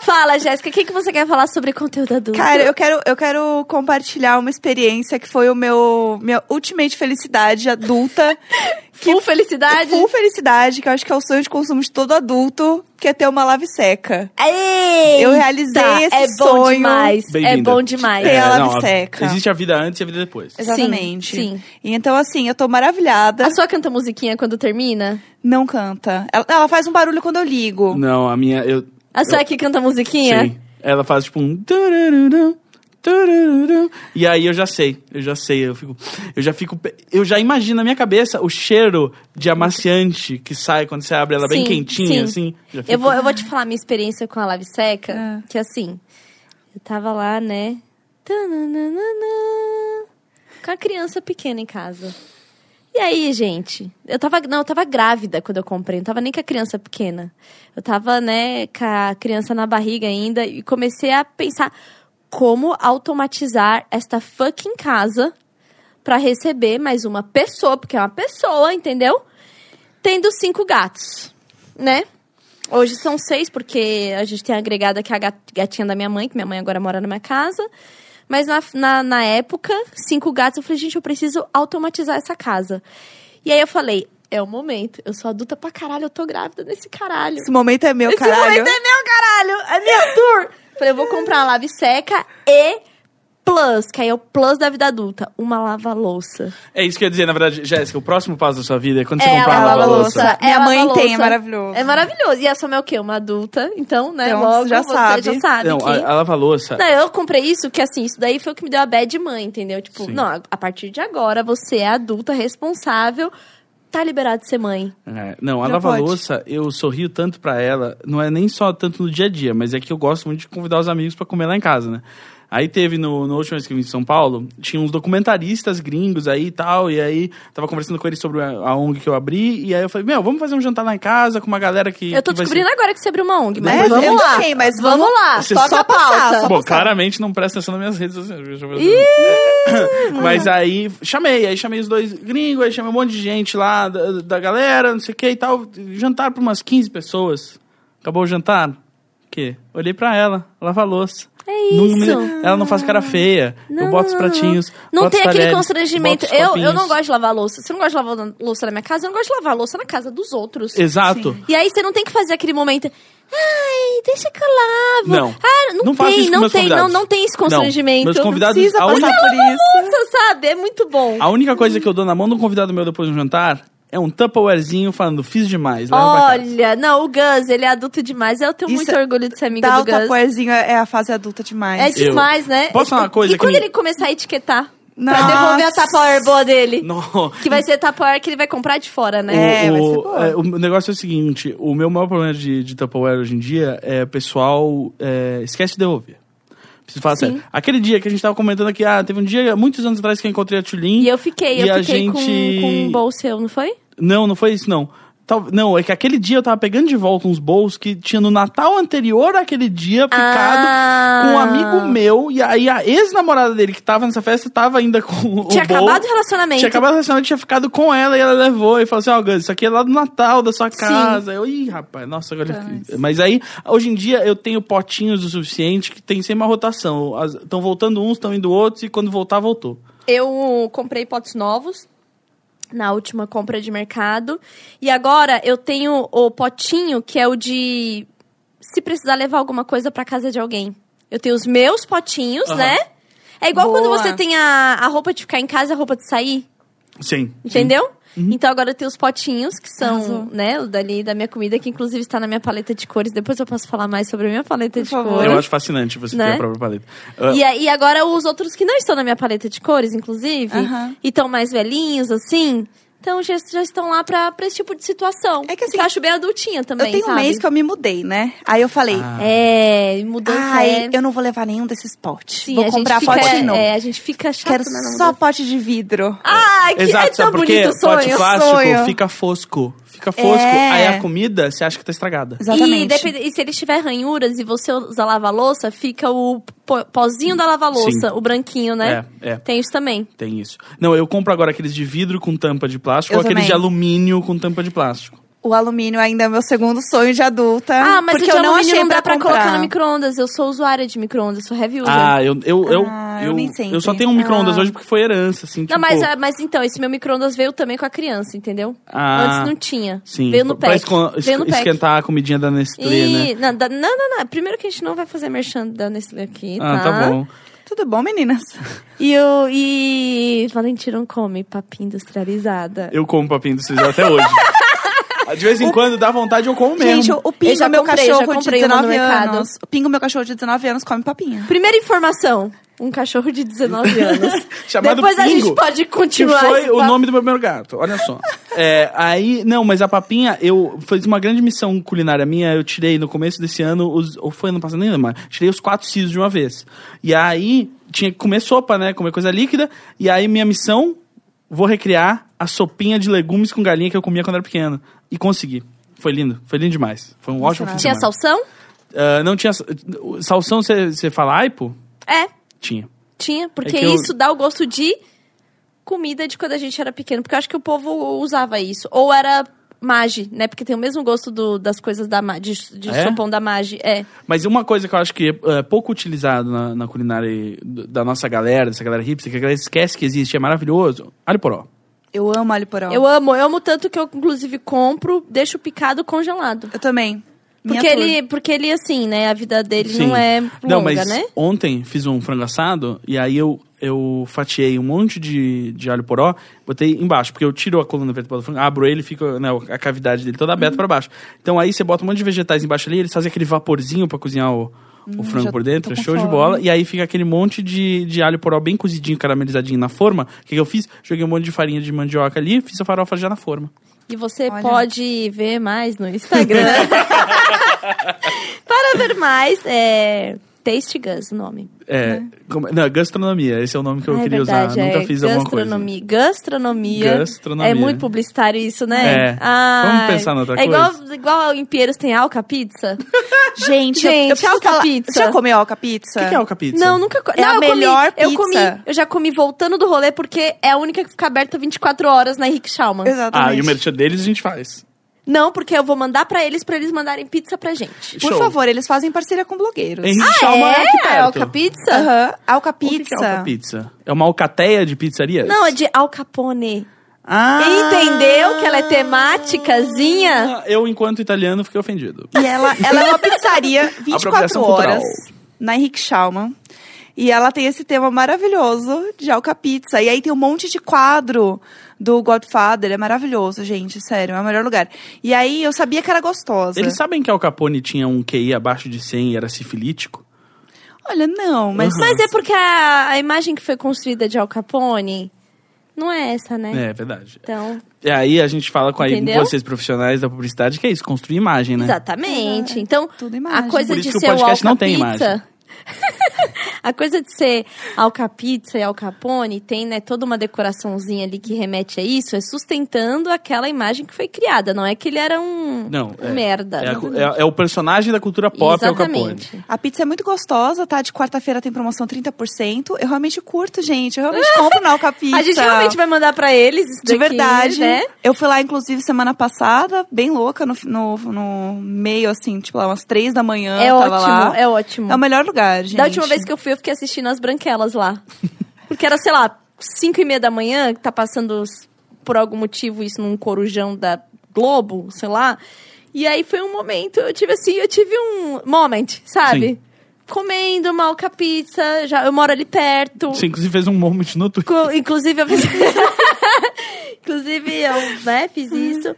Speaker 1: Fala, Jéssica, o que, que você quer falar sobre conteúdo adulto?
Speaker 3: Cara, eu quero, eu quero compartilhar uma experiência que foi o meu minha ultimate
Speaker 1: [laughs]
Speaker 3: felicidade adulta.
Speaker 1: Full felicidade?
Speaker 3: Full felicidade, que eu acho que é o sonho de consumo de todo adulto, que é ter uma lave seca.
Speaker 1: Eita,
Speaker 3: Eu realizei esse
Speaker 1: é bom
Speaker 3: sonho.
Speaker 1: demais. É
Speaker 2: Bem-vinda.
Speaker 1: bom demais. É
Speaker 3: Tem ela
Speaker 2: não,
Speaker 3: me
Speaker 2: a-
Speaker 3: seca.
Speaker 2: Existe a vida antes e a vida depois.
Speaker 3: Exatamente.
Speaker 1: sim.
Speaker 3: E então, assim, eu tô
Speaker 2: É.
Speaker 3: maravilhada.
Speaker 1: A sua canta musiquinha quando termina?
Speaker 3: Não canta. Ela, ela faz um barulho quando eu
Speaker 1: um.
Speaker 3: ligo.
Speaker 2: Não, a minha. Eu,
Speaker 1: A sua é que canta musiquinha?
Speaker 2: Sim. Ela faz tipo um. tararurum, tararurum. E aí eu já sei, eu já sei, eu fico. Eu já fico. pe- Eu já imagino na minha cabeça o cheiro de amaciante que sai quando você abre ela bem
Speaker 1: Sim,
Speaker 2: quentinha,
Speaker 1: sim.
Speaker 2: assim. Já fico-
Speaker 1: Eu vou, eu vou te falar minha experiência com a Lave Seca,
Speaker 3: Ah.
Speaker 1: que assim, eu tava lá, né? tananana, Com a criança pequena em casa. E aí, gente? Eu tava. Não, eu tava grávida quando eu comprei. Não tava nem com a criança pequena. Eu tava, né, com a criança na barriga ainda e comecei a pensar como automatizar esta fucking casa pra receber mais uma pessoa, porque é uma pessoa, entendeu? Tendo cinco gatos, né? Hoje são seis, porque a gente tem agregada que é a gat- gatinha da minha mãe, que minha mãe agora mora na minha casa. Mas na, na, na época, cinco gatos, eu falei, gente, eu preciso automatizar essa casa. E aí eu falei, é o momento. Eu sou adulta pra caralho, eu tô grávida nesse caralho.
Speaker 3: Esse momento é meu,
Speaker 1: Esse
Speaker 3: caralho.
Speaker 1: momento é meu, caralho! É minha tour! Falei, eu vou comprar uma lave seca e plus, que aí é o plus da vida adulta, uma lava-louça.
Speaker 2: É isso que eu ia dizer, na verdade, Jéssica, o próximo passo da sua vida é quando você
Speaker 1: É,
Speaker 2: comprar
Speaker 1: a
Speaker 2: uma
Speaker 1: lava-louça.
Speaker 2: lava-louça.
Speaker 1: É
Speaker 3: Minha mãe
Speaker 1: lava-louça.
Speaker 3: tem, é maravilhoso.
Speaker 1: É maravilhoso. E essa é o que? Uma adulta. Então, né,
Speaker 3: Então,
Speaker 1: logo
Speaker 3: já
Speaker 1: você
Speaker 3: sabe.
Speaker 1: já sabe
Speaker 2: Não,
Speaker 1: que...
Speaker 2: a, a lava-louça.
Speaker 1: Não, eu comprei isso, que assim, isso daí foi o que me deu a bad de mãe, entendeu? Tipo,
Speaker 2: Sim.
Speaker 1: não, a- a partir de agora você é adulta, responsável, tá liberado de ser mãe.
Speaker 2: É, não, a
Speaker 3: Já
Speaker 2: lava-louça, eu sorrio tanto pra ela, não é nem só tanto no dia a dia, mas é que eu gosto muito de convidar os amigos pra comer lá em casa, né? Aí teve, no, no último vez que eu vim de São Paulo, tinha uns documentaristas gringos aí e tal, e aí tava conversando com eles sobre a, a ONG que eu abri, e aí eu falei, meu, vamos fazer um jantar lá em casa com uma galera que...
Speaker 1: eu tô
Speaker 2: que vai Né?
Speaker 1: descobrindo agora que você abriu uma ONG, mas
Speaker 3: É,
Speaker 1: vamos
Speaker 3: eu
Speaker 1: lá.
Speaker 3: também, mas
Speaker 1: vamos,
Speaker 3: vamos-
Speaker 1: lá,
Speaker 2: Você
Speaker 1: toca
Speaker 3: só
Speaker 1: a
Speaker 3: passar,
Speaker 1: pauta.
Speaker 3: só
Speaker 2: Tá Bom,
Speaker 3: passar.
Speaker 2: claramente não presta atenção nas minhas redes sociais. deixa eu ver. Mas aí chamei, aí chamei os dois gringos, aí chamei um monte de gente lá da, da galera, não sei o que e tal. Jantar pra umas 15 pessoas. Acabou o jantar? O quê? Olhei pra ela, lava a louça.
Speaker 1: É
Speaker 2: Não
Speaker 1: isso.
Speaker 2: me- ela não faz cara feia.
Speaker 1: Não,
Speaker 2: eu boto os
Speaker 1: não, não, não.
Speaker 2: pratinhos.
Speaker 1: Não
Speaker 2: boto
Speaker 1: tem
Speaker 2: os
Speaker 1: aquele
Speaker 2: talheres,
Speaker 1: constrangimento.
Speaker 2: boto os
Speaker 1: Eu, eu não
Speaker 2: copinhos.
Speaker 1: gosto de lavar louça. Você não gosta de lavar louça na minha casa, eu não gosto de lavar louça na casa dos outros.
Speaker 2: Exato.
Speaker 1: E aí você não tem que fazer aquele momento. Ai, deixa que eu lavo.
Speaker 2: Não.
Speaker 1: Ah, não,
Speaker 2: Não
Speaker 1: tem,
Speaker 2: faço isso com
Speaker 1: não
Speaker 2: meus
Speaker 1: tem, não,
Speaker 2: convidados.
Speaker 1: não tem esse
Speaker 2: Não.
Speaker 1: constrangimento.
Speaker 2: Meus
Speaker 3: Não
Speaker 2: convidados,
Speaker 3: precisa
Speaker 2: a
Speaker 3: passar
Speaker 2: única-
Speaker 3: por isso.
Speaker 1: Nossa, sabe? É muito bom.
Speaker 2: A única coisa que eu dou na mão do convidado meu depois do jantar é um Tupperwarezinho falando, fiz demais, leva é pra casa. [laughs]
Speaker 1: Olha, não, o Gus, ele é adulto demais. Eu tenho
Speaker 3: Isso
Speaker 1: muito
Speaker 3: é-
Speaker 1: orgulho de ser amiga
Speaker 3: Dar o
Speaker 1: do Gus.
Speaker 3: tapoezinho é é a fase adulta demais.
Speaker 1: É demais, né?
Speaker 2: Posso falar uma coisa
Speaker 1: E
Speaker 2: que
Speaker 1: quando
Speaker 2: me-
Speaker 1: ele começar a etiquetar? Pra
Speaker 3: Nossa.
Speaker 1: devolver a Tupperware boa dele?
Speaker 2: Não.
Speaker 1: Que vai ser Tupperware que ele vai comprar de fora, né?
Speaker 3: É, vai ser
Speaker 2: o,
Speaker 3: boa.
Speaker 2: é, o negócio é o seguinte: o meu maior problema de, de Tupperware hoje em dia é o pessoal é, esquece de devolver. Preciso falar
Speaker 1: Sim.
Speaker 2: sério. Aquele dia que a gente tava comentando aqui, ah, teve um dia, muitos anos atrás, que eu encontrei a Tulin.
Speaker 1: E eu fiquei,
Speaker 2: Uhum. E
Speaker 1: eu
Speaker 2: a
Speaker 1: fiquei com,
Speaker 2: gente-
Speaker 1: com um bolso seu, não foi?
Speaker 2: Não, não foi isso, não. Tal- Não, é que aquele dia eu tava pegando de volta uns bols que tinha no Natal anterior àquele dia ficado
Speaker 1: Ah.
Speaker 2: com um amigo meu. E aí a ex-namorada dele que tava nessa festa tava ainda com o
Speaker 1: Tinha
Speaker 2: bowl.
Speaker 1: acabado o relacionamento.
Speaker 2: Tinha acabado o relacionamento, tinha ficado com ela e ela levou e falou assim: Ó, Gus, isso aqui é lá do Natal, da sua casa. Eu, ih, rapaz, nossa, agora. Mas aí, hoje em dia, eu tenho potinhos o suficiente que tem sempre uma rotação. Estão voltando uns, estão indo outros e quando voltar, voltou.
Speaker 1: Eu comprei potes novos na última compra de mercado. E agora eu tenho o potinho que é o de se precisar levar alguma coisa pra casa de alguém. Eu tenho os meus potinhos,
Speaker 2: Aham.
Speaker 1: né? É igual quando
Speaker 3: Boa.
Speaker 1: você tem a, a roupa de ficar em casa e a roupa de sair,
Speaker 2: Sim.
Speaker 1: entendeu?
Speaker 2: Uhum.
Speaker 1: Então agora eu tenho os potinhos, que são,
Speaker 3: Arrasou.
Speaker 1: né, o dali da minha comida, que inclusive está na minha paleta de cores. Depois eu posso falar mais sobre a minha paleta
Speaker 3: Por
Speaker 1: de
Speaker 3: favor.
Speaker 1: cores.
Speaker 2: Eu acho fascinante você
Speaker 1: Né?
Speaker 2: ter a própria paleta. Ah,
Speaker 1: E, aí agora os outros que não estão na minha paleta de cores, inclusive,
Speaker 3: Aham.
Speaker 1: e estão mais velhinhos, assim, então já, já estão lá pra, pra esse tipo de situação.
Speaker 3: É que, assim,
Speaker 1: eu acho bem adultinha também,
Speaker 3: eu tenho um
Speaker 1: sabe?
Speaker 3: mês que eu me mudei, né? Aí eu falei,
Speaker 2: Ah.
Speaker 1: É, mudança
Speaker 3: ai,
Speaker 1: é...
Speaker 3: eu não vou levar nenhum desses potes.
Speaker 1: Sim,
Speaker 3: vou
Speaker 1: a gente
Speaker 3: comprar
Speaker 1: fica,
Speaker 3: pote novo.
Speaker 1: É, a gente fica chato,
Speaker 3: Quero
Speaker 1: né, na
Speaker 3: só
Speaker 1: mudança.
Speaker 3: pote de vidro.
Speaker 1: Ai, que
Speaker 2: Exato,
Speaker 1: é tão
Speaker 2: sabe por quê?
Speaker 1: bonito o sonho.
Speaker 2: Pote plástico
Speaker 3: sonho.
Speaker 2: fica fosco. Fica fosco.
Speaker 3: É.
Speaker 2: Aí a comida, você acha que tá estragada.
Speaker 3: Exatamente.
Speaker 1: E, depende- e se ele tiver ranhuras e você usar lava-louça, fica o po- pozinho da lava-louça, o branquinho, né?
Speaker 2: É, é.
Speaker 1: Tem isso também.
Speaker 2: Tem isso. Não, eu compro agora aqueles de vidro com tampa de plástico
Speaker 3: Eu
Speaker 2: ou aqueles
Speaker 3: também.
Speaker 2: de alumínio com tampa de plástico.
Speaker 3: O alumínio ainda é meu segundo sonho de adulta.
Speaker 1: Ah, mas o de
Speaker 3: porque eu não
Speaker 1: alumínio
Speaker 3: achei
Speaker 1: não dá pra,
Speaker 3: pra
Speaker 1: colocar no
Speaker 3: comprar.
Speaker 1: micro-ondas. Eu sou usuária de micro-ondas, sou heavy user.
Speaker 2: Ah, eu eu eu,
Speaker 3: Ah, eu nem sempre.
Speaker 2: eu só tenho um micro-ondas hoje porque foi herança, assim, tipo.
Speaker 1: não, mas, ah, mas então, esse meu micro-ondas veio também com a criança, entendeu?
Speaker 2: Ah,
Speaker 1: Antes não tinha.
Speaker 2: Sim,
Speaker 1: Veio no
Speaker 2: pra
Speaker 1: pack.
Speaker 2: esco-
Speaker 1: veio no
Speaker 2: es-
Speaker 1: pack.
Speaker 2: esquentar a comidinha da Nestlé, né?
Speaker 1: E, não, da- não, não, não. Primeiro que a gente não vai fazer merchan da Nestlé aqui,
Speaker 2: Ah, tá bom.
Speaker 3: Tudo
Speaker 1: [laughs]
Speaker 3: bom, meninas?
Speaker 1: E, o, e Valentim não come papinha industrializada.
Speaker 2: Eu como papinho industrial até hoje. De vez em quando dá vontade, eu como mesmo.
Speaker 3: Gente, o Pingo,
Speaker 1: Eu já
Speaker 3: meu
Speaker 1: comprei, já
Speaker 3: cachorro de
Speaker 1: comprei uma no
Speaker 3: 19
Speaker 1: mercado.
Speaker 3: anos. O Pingo, meu cachorro de 19 anos, come papinha.
Speaker 1: Primeira informação: um cachorro de
Speaker 2: [laughs]
Speaker 1: 19 anos.
Speaker 2: Chamado
Speaker 1: Depois a
Speaker 2: Pingo,
Speaker 1: gente pode
Speaker 2: Que
Speaker 1: continuar.
Speaker 2: foi
Speaker 1: esse
Speaker 2: o
Speaker 1: papo.
Speaker 2: nome do meu primeiro gato, olha só. É, aí, não, mas a papinha, eu fiz uma grande missão culinária minha, eu tirei no começo desse ano, os, ou foi ano passado, nem lembro, mais, tirei os quatro sisos de uma vez. E aí, tinha que comer sopa, né, comer coisa líquida, e aí minha missão, vou recriar a sopinha de legumes com galinha que eu comia quando era pequeno. E consegui. Foi lindo, foi lindo demais. Foi um ótimo fim de
Speaker 1: Tinha
Speaker 2: semana.
Speaker 1: salsão?
Speaker 2: Ah, não tinha... sa- Salsão, você você fala aipo?
Speaker 1: É,
Speaker 2: Tinha.
Speaker 1: tinha. Porque
Speaker 2: É que eu-
Speaker 1: isso dá o gosto de comida de quando a gente era pequeno. Porque eu acho que o povo usava isso. Ou era Mage, né? Porque tem o mesmo gosto do- das coisas da Ma- de, de
Speaker 2: Ah, é?
Speaker 1: sopão da Mage. É.
Speaker 2: Mas uma coisa que eu acho que é, é pouco utilizado na, na culinária e d- da nossa galera, dessa galera hipster, que a galera esquece que existe, é maravilhoso, alho poró.
Speaker 3: Eu amo alho poró.
Speaker 1: Eu amo, eu amo tanto que eu, inclusive, compro, deixo picado congelado.
Speaker 3: Eu também. Minha
Speaker 1: Porque
Speaker 3: turma.
Speaker 1: ele, porque ele, assim, né? A vida dele não é longa,
Speaker 2: Não, mas
Speaker 1: né?
Speaker 2: ontem fiz um frango assado e aí eu, eu fatiei um monte de, de alho poró, botei embaixo, porque eu tiro a coluna vertebral do frango, abro ele, fica né, a cavidade dele toda
Speaker 1: Uhum.
Speaker 2: aberta pra baixo. Então aí você bota um monte de vegetais embaixo ali, eles fazem aquele vaporzinho pra cozinhar o, o
Speaker 1: Hum,
Speaker 2: frango
Speaker 3: já
Speaker 2: por
Speaker 3: tô
Speaker 2: dentro, é
Speaker 3: com
Speaker 2: show de
Speaker 3: fome.
Speaker 2: bola. E aí fica aquele monte de, de alho poró bem cozidinho, caramelizadinho na forma. O que, que eu fiz? Joguei um monte de farinha de mandioca ali, fiz a farofa já na forma.
Speaker 1: E você
Speaker 3: Olha.
Speaker 1: pode ver mais no
Speaker 2: [laughs]
Speaker 1: Instagram. [laughs] Para ver mais, é. Taste Gus, o nome.
Speaker 2: É, como- não, gastronomia, esse é o nome que eu
Speaker 1: Né? Ah,
Speaker 2: queria usar.
Speaker 1: é
Speaker 2: Nunca fiz alguma coisa.
Speaker 1: gastronomia. Gastronomia.
Speaker 2: Gastronomia.
Speaker 1: É muito publicitário isso, né?
Speaker 2: É.
Speaker 1: Ai.
Speaker 2: Vamos pensar noutra
Speaker 1: é igual,
Speaker 2: coisa?
Speaker 1: igual em Pinheiros tem Alca Pizza.
Speaker 3: Gente,
Speaker 1: [laughs]
Speaker 3: eu-
Speaker 1: Gente,
Speaker 3: eu preciso
Speaker 1: alca
Speaker 3: falar-
Speaker 1: pizza.
Speaker 3: Você já comeu alca pizza?
Speaker 2: O que, que é alca pizza?
Speaker 1: Não, nunca... co-
Speaker 3: É
Speaker 1: não,
Speaker 3: a
Speaker 1: eu comi-
Speaker 3: melhor
Speaker 1: Eu comi,
Speaker 3: pizza.
Speaker 1: eu já comi voltando do rolê, porque é a única que fica aberta 24 horas na Henrique Schaumann.
Speaker 3: Exatamente.
Speaker 2: Ah, e o merchan deles a gente faz.
Speaker 1: Não, porque eu vou mandar pra eles, pra eles mandarem pizza pra gente.
Speaker 3: Por
Speaker 2: Show.
Speaker 3: favor, eles fazem parceria com blogueiros.
Speaker 2: Henrique
Speaker 1: Ah,
Speaker 2: Schalman é aqui
Speaker 1: a
Speaker 2: perto.
Speaker 1: Alca Pizza?
Speaker 3: Aham. Alca
Speaker 2: O que que é
Speaker 3: pizza.
Speaker 2: alca pizza? É uma alcateia de pizzarias?
Speaker 1: Não, é de Al Capone.
Speaker 2: Ah!
Speaker 1: Entendeu que ela é temáticazinha?
Speaker 2: Eu, enquanto italiano, fiquei ofendido.
Speaker 3: E ela, ela é
Speaker 1: [laughs]
Speaker 3: uma pizzaria 24
Speaker 2: Apropriação cultural.
Speaker 3: horas na Henrique Schaumann. E ela tem esse tema maravilhoso de Alca Pizza. E aí tem um monte de quadro do Godfather. É maravilhoso, gente. Sério, é o melhor lugar. E aí eu sabia que era gostosa.
Speaker 2: Eles sabem que Al Capone tinha um QI abaixo de 100 e era sifilítico?
Speaker 3: Olha, não, mas.
Speaker 2: Uhum.
Speaker 1: Mas é porque a, a imagem que foi construída de Al Capone não é essa, né?
Speaker 2: É, verdade.
Speaker 1: Então,
Speaker 2: E aí a gente fala com aí, com
Speaker 1: Entendeu?
Speaker 2: vocês profissionais da publicidade que é isso, construir imagem, né?
Speaker 1: exatamente. Então,
Speaker 3: Tudo
Speaker 1: a
Speaker 3: imagem.
Speaker 1: coisa
Speaker 2: Por isso
Speaker 1: de
Speaker 2: que o
Speaker 1: ser o Al
Speaker 2: podcast não tem imagem.
Speaker 1: Capizza. [laughs] A coisa de ser Al Capizza e Al Capone tem, né, toda uma decoraçãozinha ali que remete a isso, é sustentando aquela imagem que foi criada. Não é que ele era um,
Speaker 2: Não,
Speaker 1: um
Speaker 2: é.
Speaker 1: merda.
Speaker 2: É, a- é- é o personagem da cultura pop, é Al Capone.
Speaker 1: Exatamente.
Speaker 3: A pizza é muito gostosa, tá? De quarta-feira tem promoção 30%. Eu realmente curto, gente. Eu realmente compro na Alca Pizza.
Speaker 1: [laughs] A gente realmente vai mandar pra eles isso
Speaker 3: De
Speaker 1: daqui,
Speaker 3: verdade.
Speaker 1: né?
Speaker 3: Eu fui lá, inclusive, semana passada, bem louca, no, no, no meio, assim, tipo, lá umas três da
Speaker 2: Ah,
Speaker 3: manhã.
Speaker 1: É
Speaker 3: eu
Speaker 1: ótimo,
Speaker 3: tava lá.
Speaker 1: é ótimo.
Speaker 3: É o melhor lugar, gente.
Speaker 1: Da última vez que eu fui, eu fiquei assistindo as branquelas lá. [laughs] Porque era, sei lá, 5 e meia da manhã, que tá passando os- por algum motivo isso num corujão da Globo, sei lá. E aí foi um momento, eu tive assim, eu tive um moment, sabe?
Speaker 2: Sim.
Speaker 1: Comendo uma alca pizza, já, eu moro ali perto.
Speaker 2: Você inclusive fez um moment no Twitter.
Speaker 1: Co- Inclusive, eu fiz... [laughs] Inclusive, eu né, fiz isso.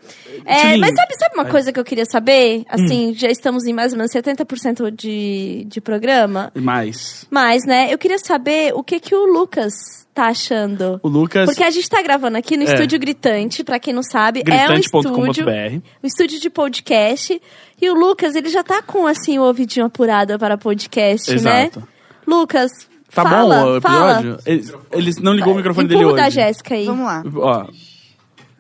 Speaker 1: É,
Speaker 2: Tilinho.
Speaker 1: mas sabe, sabe uma
Speaker 2: Vai.
Speaker 1: coisa que eu queria saber? Assim, já estamos em mais ou menos 70% de, de programa.
Speaker 2: Mas
Speaker 1: Mas, né, eu queria saber o que, que o Lucas tá achando.
Speaker 2: o Lucas...
Speaker 1: Porque a gente tá gravando aqui no
Speaker 2: É.
Speaker 1: Estúdio Gritante, pra quem não sabe, é um estúdio,
Speaker 2: Gritante.com.br
Speaker 1: um estúdio de podcast. E o Lucas, ele já tá com, assim, o ouvidinho apurado para podcast,
Speaker 2: Exato.
Speaker 1: né? Lucas,
Speaker 2: Tá
Speaker 1: fala,
Speaker 2: bom o
Speaker 1: fala.
Speaker 2: episódio? Ele, ele não ligou o microfone
Speaker 1: Empurra
Speaker 2: dele
Speaker 1: o da
Speaker 2: hoje.
Speaker 1: Jéssica aí.
Speaker 3: Vamos lá.
Speaker 2: Ó,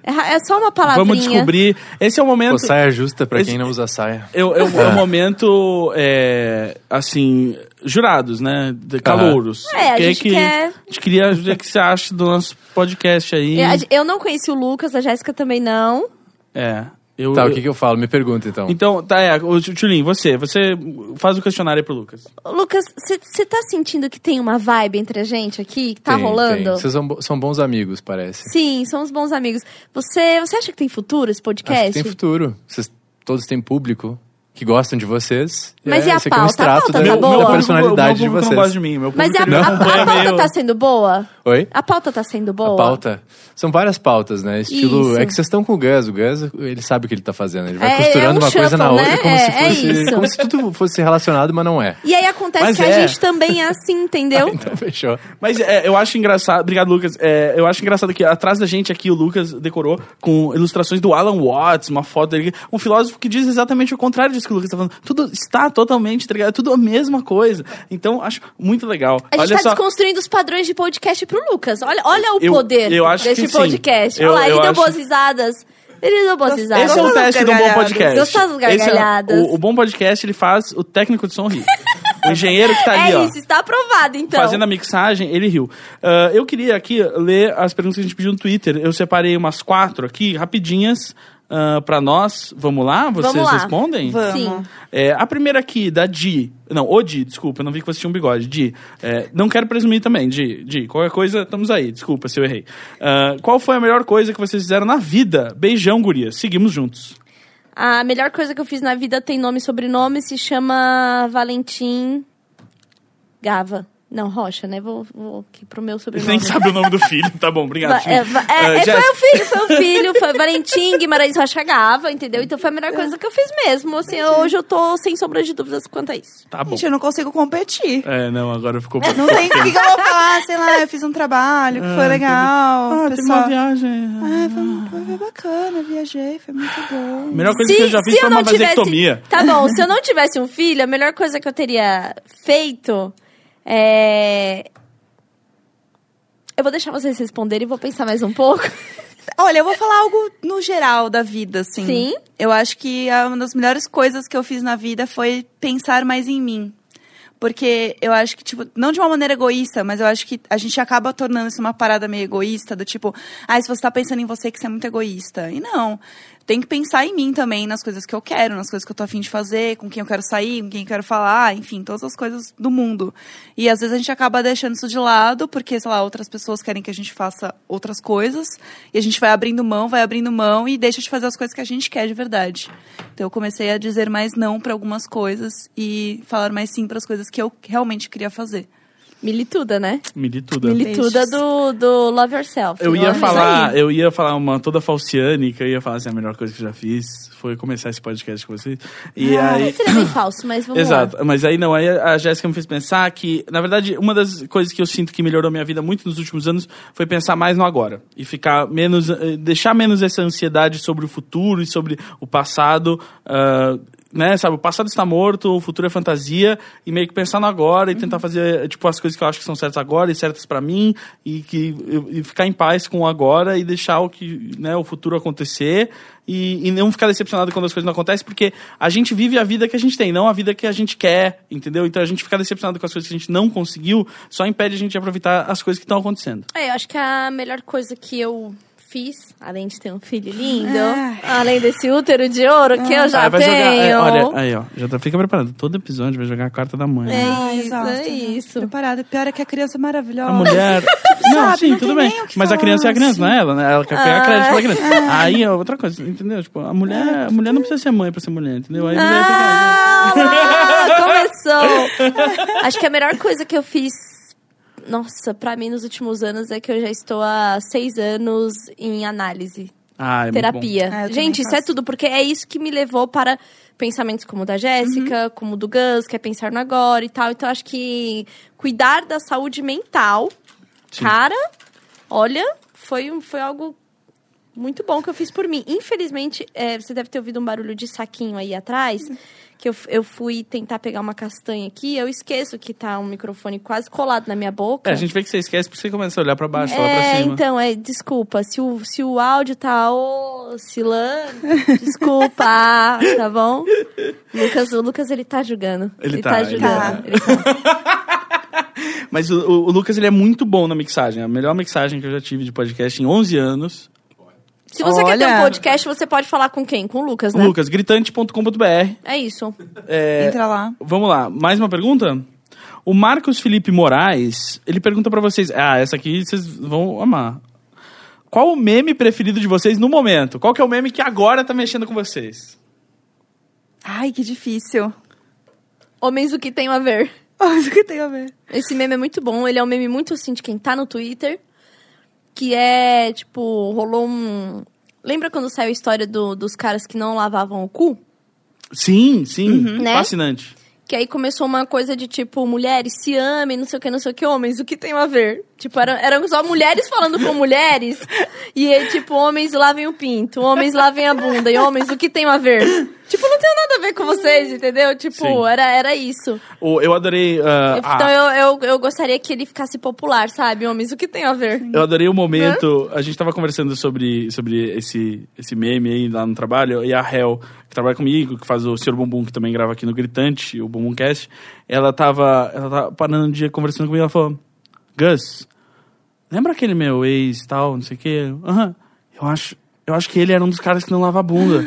Speaker 1: É ra- É só uma palavrinha.
Speaker 2: vamos descobrir. Esse é o
Speaker 4: Pô,
Speaker 2: momento.
Speaker 4: saia justa pra
Speaker 2: Esse-
Speaker 4: quem não usa saia.
Speaker 2: Eu, eu, é o momento, é, assim, jurados, né? De calouros.
Speaker 1: É, a
Speaker 2: O que
Speaker 1: gente
Speaker 2: que,
Speaker 1: quer-
Speaker 2: A gente queria o que você acha do nosso podcast aí.
Speaker 1: Eu, eu não conheci o Lucas, a Jéssica também não.
Speaker 2: É. Eu,
Speaker 4: Tá, o que que eu falo? Me pergunta então.
Speaker 2: Então, tá, é, o Tchulin, você, você faz o questionário aí pro Lucas.
Speaker 1: Ô, Lucas, você tá sentindo que tem uma vibe entre a gente aqui? Que tá
Speaker 4: Tem, tem.
Speaker 1: rolando?
Speaker 4: Vocês são, bo- são bons amigos, parece.
Speaker 1: Sim, somos bons amigos. Você, você acha que tem futuro esse
Speaker 4: Acho
Speaker 1: podcast?
Speaker 4: que tem futuro. Vocês todos têm público que gostam de vocês.
Speaker 1: Mas e a
Speaker 4: esse aqui é
Speaker 1: pauta?
Speaker 4: um
Speaker 1: A
Speaker 4: extrato
Speaker 1: pauta tá
Speaker 4: da, da
Speaker 1: boa?
Speaker 2: meu
Speaker 4: personalidade
Speaker 2: público
Speaker 4: de
Speaker 2: não gosta
Speaker 4: vocês.
Speaker 2: de mim. Meu
Speaker 1: Mas é a,
Speaker 2: público
Speaker 1: a- a
Speaker 2: acompanha
Speaker 1: pauta
Speaker 2: meio-
Speaker 1: tá sendo boa?
Speaker 4: Oi?
Speaker 1: A pauta tá sendo boa?
Speaker 4: A pauta? São várias pautas, né? Estilo.
Speaker 1: Isso.
Speaker 4: É que vocês estão com o Gus. O Gus, ele sabe o que ele tá fazendo. Ele vai
Speaker 1: É,
Speaker 4: costurando
Speaker 1: é um
Speaker 4: uma coisa na
Speaker 1: shuffle,
Speaker 4: outra
Speaker 1: né?
Speaker 4: como,
Speaker 1: É,
Speaker 4: se
Speaker 1: é
Speaker 4: fosse,
Speaker 1: isso.
Speaker 4: como se tudo fosse relacionado, mas não é.
Speaker 1: E aí acontece
Speaker 2: Mas
Speaker 1: que
Speaker 2: é. Ah,
Speaker 1: a gente também é assim,
Speaker 2: [laughs]
Speaker 1: entendeu?
Speaker 4: [laughs] Então fechou.
Speaker 2: Mas é, eu acho engraçado. Obrigado, Lucas. É, eu acho engraçado que atrás da gente aqui o Lucas decorou com ilustrações do Alan Watts, uma foto dele. Um filósofo que diz exatamente o contrário disso que o Lucas tá falando. Tudo está totalmente, tá ligado? É tudo a mesma coisa. Então, acho muito legal.
Speaker 1: A gente
Speaker 2: Olha
Speaker 1: tá
Speaker 2: só.
Speaker 1: desconstruindo os padrões de podcast pro Lucas. Olha, olha o
Speaker 2: Eu-
Speaker 1: poder
Speaker 2: eu acho
Speaker 1: deste
Speaker 2: que sim.
Speaker 1: podcast.
Speaker 2: Eu-
Speaker 1: olha lá, ele
Speaker 2: eu
Speaker 1: deu
Speaker 2: acho-
Speaker 1: boas risadas. Ele deu boas risadas.
Speaker 2: Esse é o
Speaker 3: Gostosas
Speaker 2: teste do bom
Speaker 3: gargalhadas.
Speaker 2: podcast.
Speaker 1: Gostosas
Speaker 2: Esse é-
Speaker 1: gargalhadas.
Speaker 2: o, o bom podcast, ele faz o técnico de som rir. o engenheiro que tá
Speaker 1: [laughs]
Speaker 2: ali,
Speaker 1: é
Speaker 2: ó.
Speaker 1: isso, está aprovado, então.
Speaker 2: Fazendo a mixagem, ele riu. Ah, eu queria aqui ler as perguntas que a gente pediu no Twitter. Eu separei umas quatro aqui, rapidinhas, ah, pra nós. Vamos lá? Vocês
Speaker 1: Vamos lá.
Speaker 2: respondem?
Speaker 3: Vamos.
Speaker 1: Sim.
Speaker 2: É, a primeira aqui, da Di. Não, o Di, desculpa, eu não vi que você tinha um bigode. Di, é, não quero presumir também, Di. Di, qualquer coisa, estamos aí. Desculpa se eu errei. Ah, qual foi a melhor coisa que vocês fizeram na vida? Beijão, guria. Seguimos juntos.
Speaker 1: A melhor coisa que eu fiz na vida tem nome e sobrenome, se chama Valentim Gava. Não, Rocha, né? Vou, vou aqui pro meu sobrenome.
Speaker 2: Nem sabe o nome do filho. Tá bom, obrigado.
Speaker 1: Va- [laughs]
Speaker 2: Di.
Speaker 1: É, va- é,
Speaker 2: Ah,
Speaker 1: é,
Speaker 2: Jéssica.
Speaker 1: foi o filho, foi o filho, foi Valentim Guimarães Rocha Gava, entendeu? Então foi a
Speaker 2: É.
Speaker 1: melhor coisa que eu fiz mesmo. Assim, hoje eu tô sem sombra de dúvidas quanto a isso.
Speaker 2: Tá bom.
Speaker 3: Gente, eu não consigo competir.
Speaker 2: É, não, agora ficou...
Speaker 3: Não tem o que, que eu vou falar, sei lá, eu fiz um trabalho que foi legal.
Speaker 2: Ah, teve
Speaker 3: pessoal.
Speaker 2: uma viagem.
Speaker 1: Ah,
Speaker 3: Ai, foi, foi bacana, viajei, foi muito bom.
Speaker 2: Melhor coisa que eu já fiz foi uma vasectomia.
Speaker 1: Tá bom, se eu não tivesse um filho, a melhor coisa que eu teria feito é. Eu vou deixar vocês responderem e vou pensar mais um pouco.
Speaker 3: Olha, eu vou falar algo no geral da vida, assim.
Speaker 1: Sim.
Speaker 3: Eu acho que ah, uma das melhores coisas que eu fiz na vida foi pensar mais em mim. Porque eu acho que, tipo, não de uma maneira egoísta, mas eu acho que a gente acaba tornando isso uma parada meio egoísta, do tipo, ah, se você tá pensando em você, que você é muito egoísta. E não. Tem que pensar em mim também, nas coisas que eu quero, nas coisas que eu tô afim de fazer, com quem eu quero sair, com quem eu quero falar, enfim, todas as coisas do mundo. E às vezes a gente acaba deixando isso de lado, porque, sei lá, outras pessoas querem que a gente faça outras coisas, e a gente vai abrindo mão, vai abrindo mão e deixa de fazer as coisas que a gente quer de verdade. Então eu comecei a dizer mais não para algumas coisas e falar mais sim para as coisas que eu realmente queria fazer.
Speaker 1: Milituda, né?
Speaker 2: Milituda.
Speaker 1: Milituda
Speaker 3: Beijos.
Speaker 1: do, do Love Yourself.
Speaker 2: Eu ia
Speaker 1: Love
Speaker 2: falar, eu ia falar uma toda falciânica, eu ia falar assim, a melhor coisa que eu já fiz foi começar esse podcast com vocês. E
Speaker 1: Yourself.
Speaker 2: aí.
Speaker 1: Não seria bem é falso, mas vamos
Speaker 2: Exato,
Speaker 1: lá.
Speaker 2: mas aí não, aí a Jéssica me fez pensar que, na verdade, uma das coisas que eu sinto que melhorou minha vida muito nos últimos anos foi pensar mais no agora e ficar menos, eh, deixar menos essa ansiedade sobre o futuro e sobre o passado, ah, né, sabe, o passado está morto, o futuro é fantasia e meio que pensar no agora e tentar fazer, eh, tipo, as coisas que eu acho que são certas agora e certas pra mim e que e ficar em paz com o agora e deixar o que, né, o futuro acontecer e, e não ficar decepcionado quando as coisas não acontecem, porque a gente vive a vida que a gente tem, não a vida que a gente quer, entendeu? Então a gente ficar decepcionado com as coisas que a gente não conseguiu só impede a gente de aproveitar as coisas que estão acontecendo.
Speaker 1: É, eu acho que a melhor coisa que eu fiz, além de ter um filho lindo,
Speaker 3: Ai.
Speaker 1: além desse útero de ouro que eu já
Speaker 2: Ah, vai
Speaker 1: tenho.
Speaker 2: jogar. é, olha, aí, ó. Já tá, fica preparado. Todo episódio vai jogar a carta da mãe. né?
Speaker 1: é isso,
Speaker 3: exausta,
Speaker 1: é
Speaker 3: né?
Speaker 1: isso.
Speaker 3: Preparada. Pior é que a criança é maravilhosa.
Speaker 2: A mulher. não,
Speaker 3: sabe,
Speaker 2: sim,
Speaker 3: não
Speaker 2: tudo
Speaker 3: tem
Speaker 2: bem.
Speaker 3: nem o que
Speaker 2: Mas a
Speaker 3: falar,
Speaker 2: criança é a criança,
Speaker 3: assim.
Speaker 2: não é ela, né? Ela quer pegar
Speaker 1: Ah.
Speaker 2: crédito pela criança. Aí é outra coisa, entendeu? Tipo, a mulher, a mulher não precisa ser mãe pra ser mulher, entendeu? Aí mulher fica- [laughs]
Speaker 1: Ah, lá, começou! Acho que a melhor coisa que eu fiz Nossa, pra mim nos últimos anos é que eu já estou há seis anos em análise,
Speaker 2: Ah, é Muito
Speaker 1: terapia.
Speaker 3: bom. É, eu também
Speaker 1: Gente, isso é
Speaker 3: faço.
Speaker 1: tudo, porque é isso que me levou para pensamentos como o da Jéssica,
Speaker 3: Uhum.
Speaker 1: como o do Gus, que é pensar no agora e tal. Então, acho que cuidar da saúde mental,
Speaker 2: Sim.
Speaker 1: cara, olha, foi, um- foi algo muito bom que eu fiz por mim. Infelizmente, é, você deve ter ouvido um barulho de saquinho aí atrás.
Speaker 3: Uhum.
Speaker 1: Que eu, f- eu fui tentar pegar uma castanha aqui, eu esqueço que tá um microfone quase colado na minha
Speaker 2: bom.
Speaker 1: boca.
Speaker 2: É, a gente vê que você esquece porque você começa a olhar pra baixo, olhar pra
Speaker 1: É,
Speaker 2: cima.
Speaker 1: então, é, desculpa, se o, se o áudio tá
Speaker 2: [laughs]
Speaker 1: oscilando, desculpa, tá bom? Lucas, o Lucas, ele tá julgando.
Speaker 2: Ele tá, ele
Speaker 1: julgando.
Speaker 2: tá.
Speaker 1: ele tá.
Speaker 2: Mas o, o- o Lucas, ele é muito bom na mixagem. A melhor mixagem que eu já tive de podcast em 11 anos.
Speaker 1: Se você quer ter
Speaker 3: Olha.
Speaker 1: um podcast, você pode falar com quem? Com o Lucas, né?
Speaker 2: Lucas, gritante.com.br.
Speaker 1: É isso.
Speaker 2: é-
Speaker 3: Entra lá.
Speaker 2: Vamos lá, mais uma pergunta? O Marcos Felipe Moraes, ele pergunta pra vocês. Ah, essa aqui vocês vão amar. Qual o meme preferido de vocês no momento? Qual que é o meme que agora tá mexendo com vocês?
Speaker 3: Ai, que difícil.
Speaker 1: Homens, o que tem a ver?
Speaker 3: [laughs] Olha o que tem a ver.
Speaker 1: Esse meme é muito bom. Ele é um meme muito assim de quem tá no Twitter. Que é, tipo, rolou um. Lembra quando saiu a história do- dos caras que não lavavam o cu?
Speaker 2: Sim, sim.
Speaker 1: Né?
Speaker 2: Fascinante.
Speaker 1: Que aí começou uma coisa de tipo, mulheres se amem, não sei o que, não sei o que, homens, o que tem a ver? Tipo, era- eram, só mulheres falando com
Speaker 3: [laughs]
Speaker 1: mulheres. E aí, tipo, homens lavem o pinto, homens lavem a bunda, e homens, o que tem a ver? Tipo, não tem nada a ver com vocês, entendeu? Tipo,
Speaker 2: Sim.
Speaker 1: era, era isso.
Speaker 2: O- eu adorei. ah,
Speaker 1: Eu-
Speaker 2: a-
Speaker 1: Então eu, eu, eu gostaria que ele ficasse popular, sabe? Homens, o que tem a ver?
Speaker 2: Eu adorei o momento. A gente tava conversando sobre, sobre esse, esse meme aí lá no trabalho. E a Hel, que trabalha comigo, que faz o Senhor Bumbum, que também grava aqui no Gritante, o Bumbumcast, ela tava, ela tava parando um dia conversando comigo. Ela falou: Gus, lembra aquele meu ex e tal, não sei o quê? Aham. Eu, acho, eu acho que ele era um dos caras que não lava
Speaker 1: [gasps]
Speaker 2: a bunda.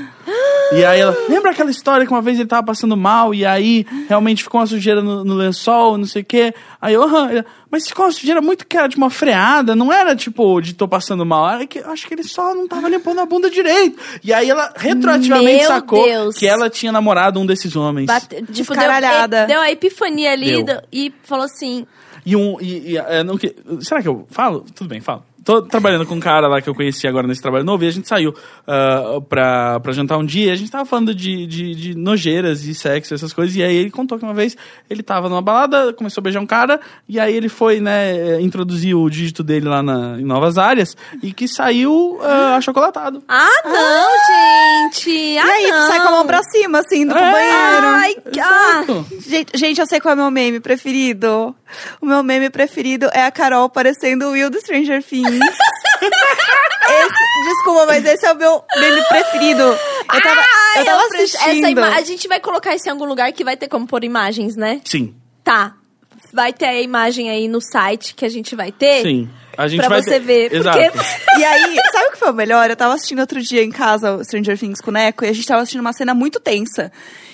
Speaker 2: E aí ela, lembra aquela história que uma vez ele tava passando mal e aí realmente ficou uma sujeira no, no lençol, não sei o quê. Aí eu, aham, Ele, mas ficou uma sujeira muito que era de uma freada, não era tipo de tô passando mal, era que eu acho que ele só não tava limpando a bunda direito. E aí ela retroativamente
Speaker 1: Meu
Speaker 2: sacou
Speaker 1: Deus.
Speaker 2: que ela tinha namorado um desses homens.
Speaker 1: Bate, tipo, deu,
Speaker 3: Descaralhada.
Speaker 1: deu a epifania ali
Speaker 2: Deu.
Speaker 1: do- e falou assim:
Speaker 2: E um. E, e, é, não que- será que eu falo? Tudo bem, falo. Tô trabalhando com um cara lá que eu conheci agora nesse trabalho novo e a gente saiu ah, pra, pra jantar um dia e a gente tava falando de, de, de nojeiras e sexo, essas coisas. E aí ele contou que uma vez ele tava numa balada, começou a beijar um cara e aí ele foi, né, eh, introduzir o dígito dele lá na- em novas áreas e que saiu ah, achocolatado.
Speaker 1: Ah, não, gente! Ah,
Speaker 3: e aí,
Speaker 1: não.
Speaker 3: tu sai com a mão pra cima, assim, indo pro
Speaker 2: É.
Speaker 3: banheiro.
Speaker 1: Ai, ah,
Speaker 3: Gente, gente, eu sei qual é o meu meme preferido. O meu meme preferido é a Carol parecendo o Will do Stranger
Speaker 1: [laughs]
Speaker 3: Things. Esse- desculpa, mas esse é o meu meme preferido. Eu tava, É, eu tava
Speaker 1: preciso-
Speaker 3: assistindo.
Speaker 1: Ah, Essa ima- a gente vai colocar isso em algum lugar que vai ter como pôr imagens, né?
Speaker 2: Sim,
Speaker 1: Tá. Vai ter a imagem aí no site que a gente vai ter.
Speaker 2: sim. A gente
Speaker 1: pra
Speaker 2: vai
Speaker 1: você
Speaker 2: ter-
Speaker 1: ver.
Speaker 2: Exato.
Speaker 1: Porque...
Speaker 3: E aí, sabe o que foi o melhor? Eu tava assistindo outro dia em casa o Stranger Things com o Neco e a gente tava assistindo uma cena muito tensa.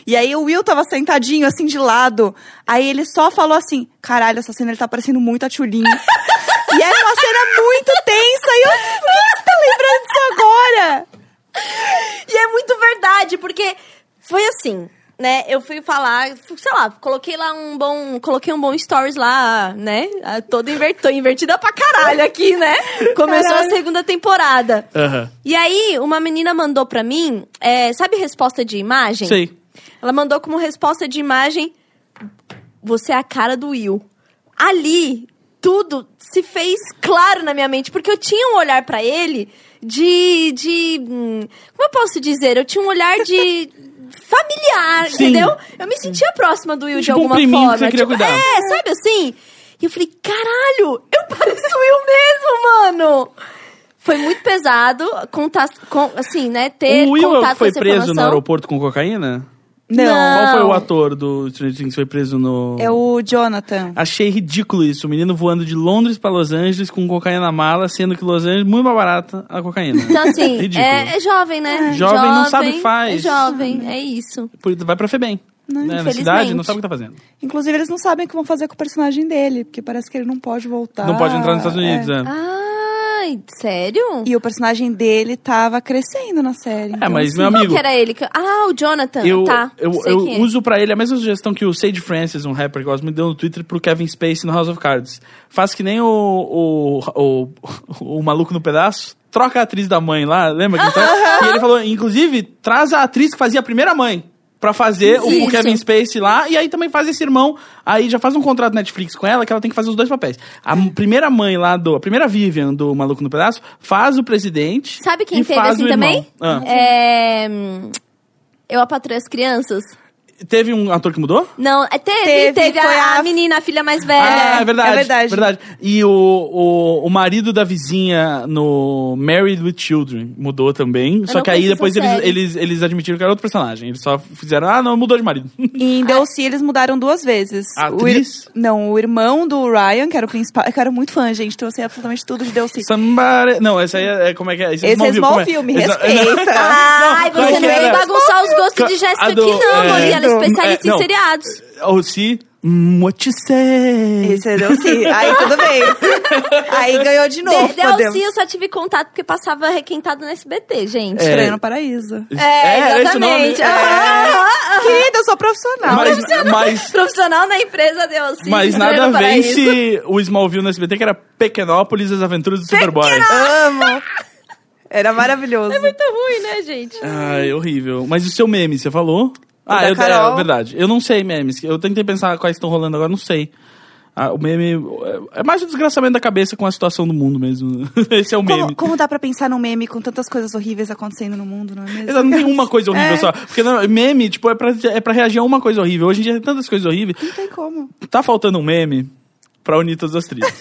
Speaker 3: E aí o Will tava sentadinho, assim, de lado. Aí ele só falou assim: caralho, essa cena ele tá parecendo muito a Tchulin. e era uma cena muito tensa. E eu, por que que você tá lembrando disso agora?
Speaker 1: [laughs] E é muito verdade, porque foi assim, né? Eu fui falar, sei lá, coloquei lá um bom. Coloquei um bom stories lá, né? Ah, Toda inver- tô invertida pra caralho aqui,
Speaker 3: [laughs]
Speaker 1: né? Começou
Speaker 3: Caralho.
Speaker 1: a segunda temporada.
Speaker 2: Aham.
Speaker 1: E aí, uma menina mandou pra mim, é, sabe resposta de imagem?
Speaker 2: Sei.
Speaker 1: Ela mandou como resposta de imagem: Você é a cara do Will. Ali, tudo se fez claro na minha mente, porque eu tinha um olhar pra ele de. de. hum, Como eu posso dizer? Eu tinha um olhar
Speaker 2: [laughs]
Speaker 1: de. familiar,
Speaker 2: Sim.
Speaker 1: entendeu? Eu me sentia próxima do Will de
Speaker 2: Tipo um
Speaker 1: alguma
Speaker 2: priminho que
Speaker 1: forma.
Speaker 2: você queria cuidar.
Speaker 1: É, sabe assim? E eu falei, caralho, eu pareço o Will mesmo, mano! Foi muito pesado contar, com, assim, né, ter
Speaker 2: O Will
Speaker 1: contato
Speaker 2: foi
Speaker 1: com essa
Speaker 2: preso no
Speaker 1: informação.
Speaker 2: aeroporto com cocaína?
Speaker 1: Não.
Speaker 2: Qual foi o ator do Stranger Things que foi preso no...
Speaker 3: É o Jonathan.
Speaker 2: Achei ridículo isso. O menino voando de Londres pra Los Angeles com cocaína na mala, sendo que Los Angeles é muito mais barata a cocaína.
Speaker 1: Então,
Speaker 2: [laughs]
Speaker 1: assim,
Speaker 2: ridículo.
Speaker 1: é, é jovem, né?
Speaker 2: Jovem, não sabe o que faz.
Speaker 1: É jovem, é isso.
Speaker 2: Por- Vai pra Febem. né? Na
Speaker 1: infelizmente.
Speaker 2: cidade, não sabe o que tá fazendo.
Speaker 3: Inclusive, eles não
Speaker 1: Tá,
Speaker 3: sabem o que vão fazer com o personagem dele, porque parece que ele não pode voltar.
Speaker 1: é. Ah,
Speaker 2: Não pode entrar nos Estados Unidos,
Speaker 3: É.
Speaker 2: né?
Speaker 1: Ai, Ai, sério?
Speaker 3: E o personagem dele tava crescendo na série.
Speaker 2: É,
Speaker 3: então,
Speaker 2: mas
Speaker 3: assim,
Speaker 2: meu
Speaker 1: Qual
Speaker 2: amigo.
Speaker 1: que era ele? que- Ah, o Jonathan.
Speaker 2: Eu,
Speaker 1: tá.
Speaker 2: eu,
Speaker 1: sei
Speaker 2: eu
Speaker 1: quem é.
Speaker 2: uso pra ele a mesma sugestão que o Sage Francis, um rapper que eu gosto muito, deu no Twitter pro Kevin Spacey no House of Cards. Faz que nem o, o, o, [laughs] o maluco no pedaço, troca a atriz da mãe lá, lembra? Que ele tá- E ele falou, inclusive, traz a atriz que fazia a primeira mãe. Pra fazer o- o
Speaker 1: Isso.
Speaker 2: Kevin Spacey lá, e aí também faz esse irmão. Aí já faz um contrato Netflix com ela que ela tem que fazer os dois papéis. A m- primeira mãe lá do. A primeira Vivian do Maluco no Pedaço faz o presidente.
Speaker 1: Sabe quem
Speaker 2: e
Speaker 1: teve
Speaker 2: faz
Speaker 1: assim
Speaker 2: o irmão.
Speaker 1: também?
Speaker 2: Ah.
Speaker 1: É... hum, Eu, a Patroa e as Crianças.
Speaker 2: Teve um ator que mudou?
Speaker 1: Não, é, teve,
Speaker 3: Teve,
Speaker 1: teve,
Speaker 3: foi
Speaker 1: a,
Speaker 3: a-
Speaker 1: a menina, a filha mais
Speaker 2: Ah,
Speaker 1: velha.
Speaker 2: é verdade.
Speaker 3: é verdade.
Speaker 2: E o, o, o marido da vizinha no Married with Children mudou também. só
Speaker 1: não
Speaker 2: que aí
Speaker 1: conheço
Speaker 2: depois
Speaker 1: essa
Speaker 2: eles,
Speaker 1: série.
Speaker 2: eles, eles admitiram que era outro personagem. Eles só fizeram, ah, não, mudou de marido. [laughs]
Speaker 3: E
Speaker 1: Ah.
Speaker 3: em Delcy eles mudaram duas vezes.
Speaker 2: A
Speaker 3: O ir-
Speaker 2: atriz?
Speaker 3: Não, o irmão do Ryan, que era o principal. Que eu era muito fã, gente, então eu sei absolutamente tudo de Delcy.
Speaker 2: Somebody... Não, essa aí é, é- como é que é? Esse,
Speaker 3: Esse é
Speaker 2: como
Speaker 3: small filme,
Speaker 2: Essa- [laughs]
Speaker 3: respeita.
Speaker 1: Ai, você
Speaker 2: Não, como
Speaker 1: não
Speaker 2: é que
Speaker 1: veio
Speaker 2: era?
Speaker 1: bagunçar os gostos de
Speaker 2: Ca- a
Speaker 1: Jéssica
Speaker 2: do-
Speaker 1: aqui, não,
Speaker 2: é,
Speaker 1: amor. E ela é
Speaker 3: do-
Speaker 1: especialista
Speaker 2: é, não.
Speaker 1: em seriados.
Speaker 2: Ou se... Hum, what you say?
Speaker 3: Esse é Delcy. Aí
Speaker 1: [laughs]
Speaker 3: tudo bem. Aí ganhou de novo.
Speaker 1: De-
Speaker 3: podemos.
Speaker 1: Delcy, eu só tive contato porque passava requentado no SBT, gente.
Speaker 2: É.
Speaker 3: Estranho no Paraíso. É.
Speaker 2: era esse o nome? É.
Speaker 1: Ah,
Speaker 3: Querida, eu sou profissional.
Speaker 2: Mas, mas,
Speaker 1: Profissional na empresa, Delcy.
Speaker 2: mas
Speaker 1: Estranho
Speaker 2: nada
Speaker 1: no
Speaker 2: a ver
Speaker 1: paraíso.
Speaker 2: se o Smallville no SBT, que era Pequenópolis, As Aventuras do Superboy.
Speaker 3: Amo. Era maravilhoso.
Speaker 1: Muito ruim, né, gente?
Speaker 2: Ai, horrível. Mas o seu meme, você falou?
Speaker 3: da
Speaker 2: ah, eu,
Speaker 3: Carol.
Speaker 2: é verdade. Eu não sei memes. Eu tentei pensar quais estão rolando agora, não sei. Ah, o meme é é mais um desgraçamento da cabeça com a situação do mundo mesmo. [laughs] Esse é o meme.
Speaker 3: Como, como dá pra pensar num meme com tantas coisas horríveis acontecendo no mundo, não é mesmo?
Speaker 2: Exato, Não tem uma coisa horrível
Speaker 3: É.
Speaker 2: só. Porque não, meme, tipo, é pra, é pra reagir a uma coisa horrível. Hoje em dia tem tantas coisas horríveis.
Speaker 3: Não tem como.
Speaker 2: Tá faltando um meme pra unir todas as
Speaker 3: [laughs]
Speaker 2: tribos.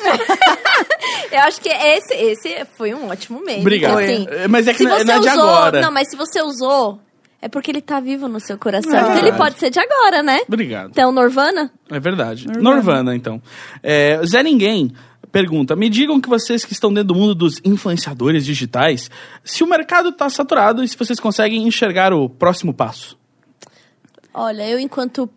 Speaker 1: Eu acho que esse, esse foi um ótimo meme.
Speaker 2: Obrigado.
Speaker 1: assim,
Speaker 2: É, mas é que
Speaker 1: se
Speaker 2: não é-
Speaker 1: você
Speaker 2: não é de
Speaker 1: usou,
Speaker 2: agora.
Speaker 1: Não, mas se você usou, é porque ele tá vivo no seu coração.
Speaker 2: É
Speaker 1: então ele
Speaker 2: verdade.
Speaker 1: pode ser de agora, né?
Speaker 2: Obrigado.
Speaker 1: Então, Norvana?
Speaker 2: É verdade. Norvana, então. É, Zé Ninguém pergunta: me digam que vocês que estão dentro do mundo dos influenciadores digitais, se o mercado está saturado e se vocês conseguem enxergar o próximo passo.
Speaker 1: Olha, eu enquanto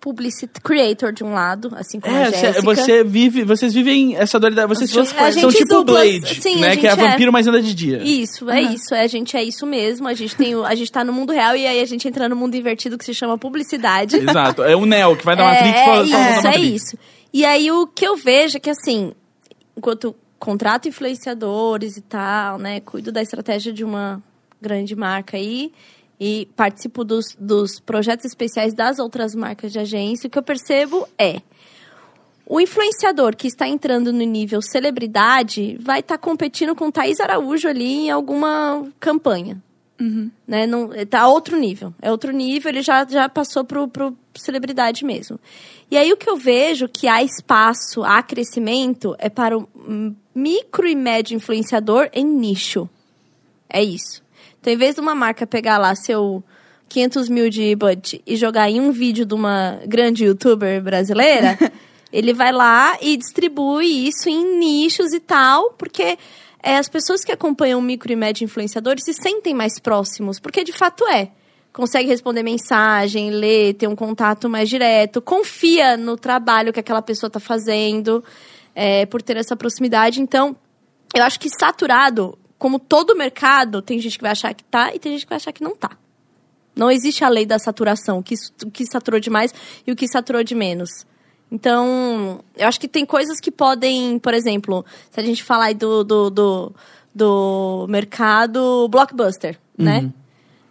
Speaker 1: publicity creator de um lado, assim como a
Speaker 2: É,
Speaker 1: Jéssica.
Speaker 2: cê- você vive, vocês vivem essa dualidade. Vocês
Speaker 1: Sim,
Speaker 2: são,
Speaker 1: a
Speaker 2: são
Speaker 1: gente
Speaker 2: tipo o
Speaker 1: duplas.
Speaker 2: Blade,
Speaker 1: Sim, a
Speaker 2: né?
Speaker 1: gente
Speaker 2: Que é
Speaker 1: é.
Speaker 2: vampiro, mas anda de
Speaker 1: [laughs]
Speaker 2: dia.
Speaker 1: Isso, é isso. É, a gente é isso mesmo. A gente, tem, o- a gente tá no mundo real e aí a gente entra no mundo invertido que se chama publicidade.
Speaker 2: Exato. É o Neo que vai dar Matrix
Speaker 1: é,
Speaker 2: pra- pra
Speaker 1: isso,
Speaker 2: voltar na
Speaker 1: é
Speaker 2: Matrix.
Speaker 1: isso. E aí o que eu vejo é que assim, enquanto contrato influenciadores e tal, né, cuido da estratégia de uma grande marca aí e participo dos, dos projetos especiais das outras marcas de agência, o que eu percebo é o influenciador que está entrando no nível celebridade vai estar competindo com Thaís Araújo ali em alguma campanha. Né? Não, tá outro nível. É outro nível, ele já, já passou pro, pro celebridade mesmo. E aí o que eu vejo que há espaço, há crescimento, é para o hum, micro e médio influenciador em nicho. É isso. Então, em vez de uma marca pegar lá seu 500 mil de budget e jogar em um vídeo de uma grande youtuber brasileira, ele vai lá e distribui isso em nichos e tal, porque é, as pessoas que acompanham micro e médio influenciadores se sentem mais próximos, porque de fato é. Consegue responder mensagem, ler, ter um contato mais direto, confia no trabalho que aquela pessoa está fazendo, é, por ter essa proximidade. Então, eu acho que saturado, como todo mercado, tem gente que vai achar que tá e tem gente que vai achar que não tá. Não existe a lei da saturação, o que, s- o que saturou demais e o que saturou de menos. Então, eu acho que tem coisas que podem, por exemplo, se a gente falar aí do, do, do, do mercado blockbuster, né?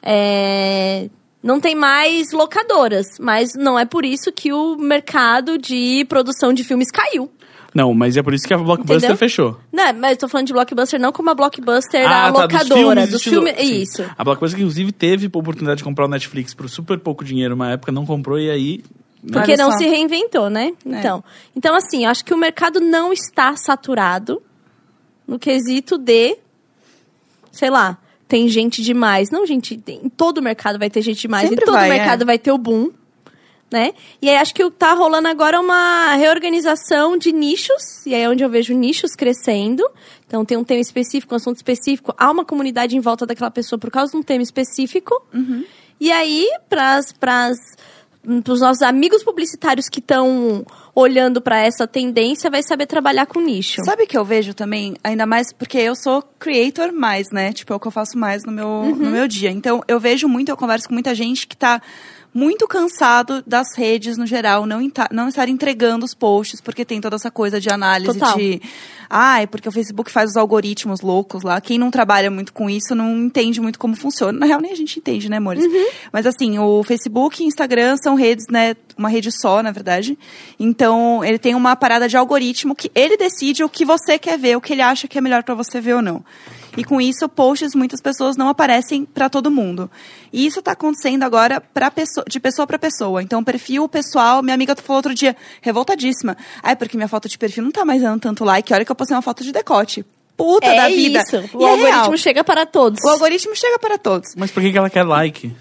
Speaker 1: É, não tem mais locadoras, mas não é por isso que o mercado de produção de filmes caiu.
Speaker 2: Não, mas é por isso que a Blockbuster
Speaker 1: Entendeu?
Speaker 2: fechou.
Speaker 1: Não, Né, mas eu tô falando de blockbuster não como a blockbuster da
Speaker 2: tá, dos
Speaker 1: locadora,
Speaker 2: filmes,
Speaker 1: do
Speaker 2: estilo-
Speaker 1: filme.
Speaker 2: sim.
Speaker 1: Isso.
Speaker 2: A Blockbuster, que, inclusive, teve a oportunidade de comprar o Netflix por super pouco dinheiro uma época, não comprou e aí.
Speaker 1: Porque
Speaker 3: Olha
Speaker 1: não
Speaker 3: só. É.
Speaker 1: se reinventou, né? Então, então, assim, eu acho que o mercado não está saturado no quesito de, sei lá, tem gente demais. Não, gente, tem- em todo mercado vai ter gente demais.
Speaker 3: Sempre
Speaker 1: em todo
Speaker 3: vai,
Speaker 1: mercado
Speaker 3: é.
Speaker 1: vai ter o boom, né? E aí acho que o que tá rolando agora é uma reorganização de nichos, e aí é onde eu vejo nichos crescendo. Então tem um tema específico, um assunto específico, há uma comunidade em volta daquela pessoa por causa de um tema específico. hum, E aí, para os nossos amigos publicitários que estão olhando pra essa tendência vai saber trabalhar com nicho.
Speaker 3: Sabe o que eu vejo também? Ainda mais porque eu sou creator mais, né? Tipo, é o que eu faço mais no meu, no meu dia. Então, eu vejo muito, eu converso com muita gente que tá muito cansado das redes no geral não, enta- não estar entregando os posts, porque tem toda essa coisa de análise
Speaker 1: Total.
Speaker 3: de. Ai, porque o Facebook faz os algoritmos loucos lá. Quem não trabalha muito com isso não entende muito como funciona. Na real, nem a gente entende, né, amores? Mas assim, o Facebook e Instagram são redes, né? Uma rede só, na verdade. Então, ele tem uma parada de algoritmo que ele decide o que você quer ver, o que ele acha que é melhor pra você ver ou não. E com isso, posts muitas pessoas não aparecem para todo mundo. E isso tá acontecendo agora pra pessoa, de pessoa para pessoa. Então, perfil pessoal, minha amiga falou outro dia, revoltadíssima. Ai, porque minha foto de perfil não tá mais dando tanto like, olha que eu postei uma foto de decote. Puta
Speaker 1: é
Speaker 3: da vida.
Speaker 1: isso.
Speaker 3: E
Speaker 1: O
Speaker 3: é
Speaker 1: algoritmo
Speaker 3: real.
Speaker 1: chega para todos.
Speaker 3: O algoritmo chega para todos.
Speaker 2: Mas por que, que ela quer like?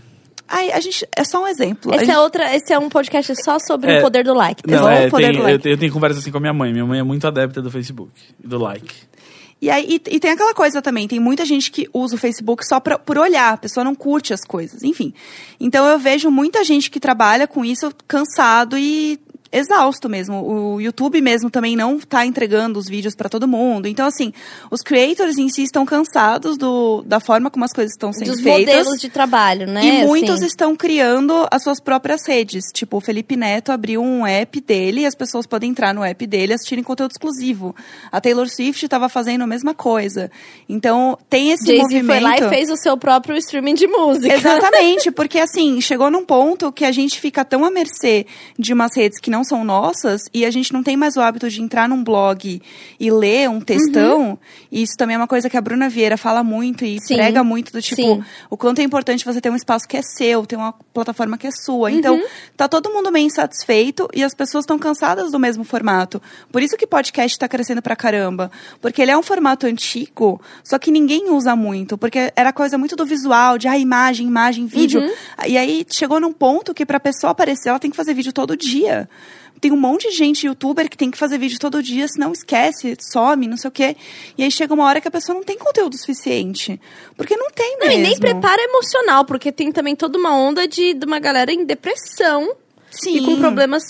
Speaker 3: Ai, a gente é só um exemplo. A
Speaker 1: Esse
Speaker 3: gente-
Speaker 1: é, outra, esse é um podcast só sobre
Speaker 2: É.
Speaker 1: o poder do like, tá?
Speaker 2: Não,
Speaker 3: Pessoal,
Speaker 2: é,
Speaker 3: poder
Speaker 2: tem-
Speaker 3: do
Speaker 2: eu,
Speaker 3: like.
Speaker 2: te- eu tenho conversa assim com a minha mãe. Minha mãe é muito adepta do Facebook, do like.
Speaker 3: E, aí, e, e tem aquela coisa também, tem muita gente que usa o Facebook só pra, por olhar, a pessoa não curte as coisas, enfim. Então eu vejo muita gente que trabalha com isso cansado e exausto mesmo. O YouTube mesmo também não tá entregando os vídeos pra todo mundo. Então, assim, os creators em si estão cansados do, da forma como as coisas estão sendo
Speaker 1: Dos
Speaker 3: feitas.
Speaker 1: modelos de trabalho, né?
Speaker 3: E muitos
Speaker 1: Assim,
Speaker 3: estão criando as suas próprias redes. Tipo, o Felipe Neto abriu um app dele e as pessoas podem entrar no app dele e assistirem conteúdo exclusivo. A Taylor Swift estava fazendo a mesma coisa. Então, tem esse
Speaker 1: Jay-Z
Speaker 3: movimento.
Speaker 1: foi lá [laughs] e fez o seu próprio streaming de música.
Speaker 3: Exatamente, porque assim, chegou num ponto que a gente fica tão à mercê de umas redes que não são nossas e a gente não tem mais o hábito de entrar num blog e ler
Speaker 1: Uhum.
Speaker 3: um textão. E isso também é uma coisa que a Bruna Vieira fala muito e
Speaker 1: Sim.
Speaker 3: prega muito do tipo,
Speaker 1: Sim.
Speaker 3: o quanto é importante você ter um espaço que é seu, ter uma plataforma que é sua. Então, tá todo mundo meio insatisfeito e as pessoas estão cansadas do mesmo formato. Por isso que podcast tá crescendo pra caramba. Porque ele é um formato antigo, só que ninguém usa muito. Porque era coisa muito do visual, de ah, imagem, imagem, vídeo. E aí chegou num ponto que pra pessoa aparecer, ela tem que fazer vídeo todo dia. Tem um monte de gente, youtuber, que tem que fazer vídeo todo dia, senão esquece, some, não sei o quê. E aí chega uma hora que a pessoa não tem conteúdo suficiente. Porque não tem
Speaker 1: Não, e
Speaker 3: mesmo.
Speaker 1: nem preparo emocional, porque tem também toda uma onda de, de uma galera em depressão
Speaker 3: Sim.
Speaker 1: e com problemas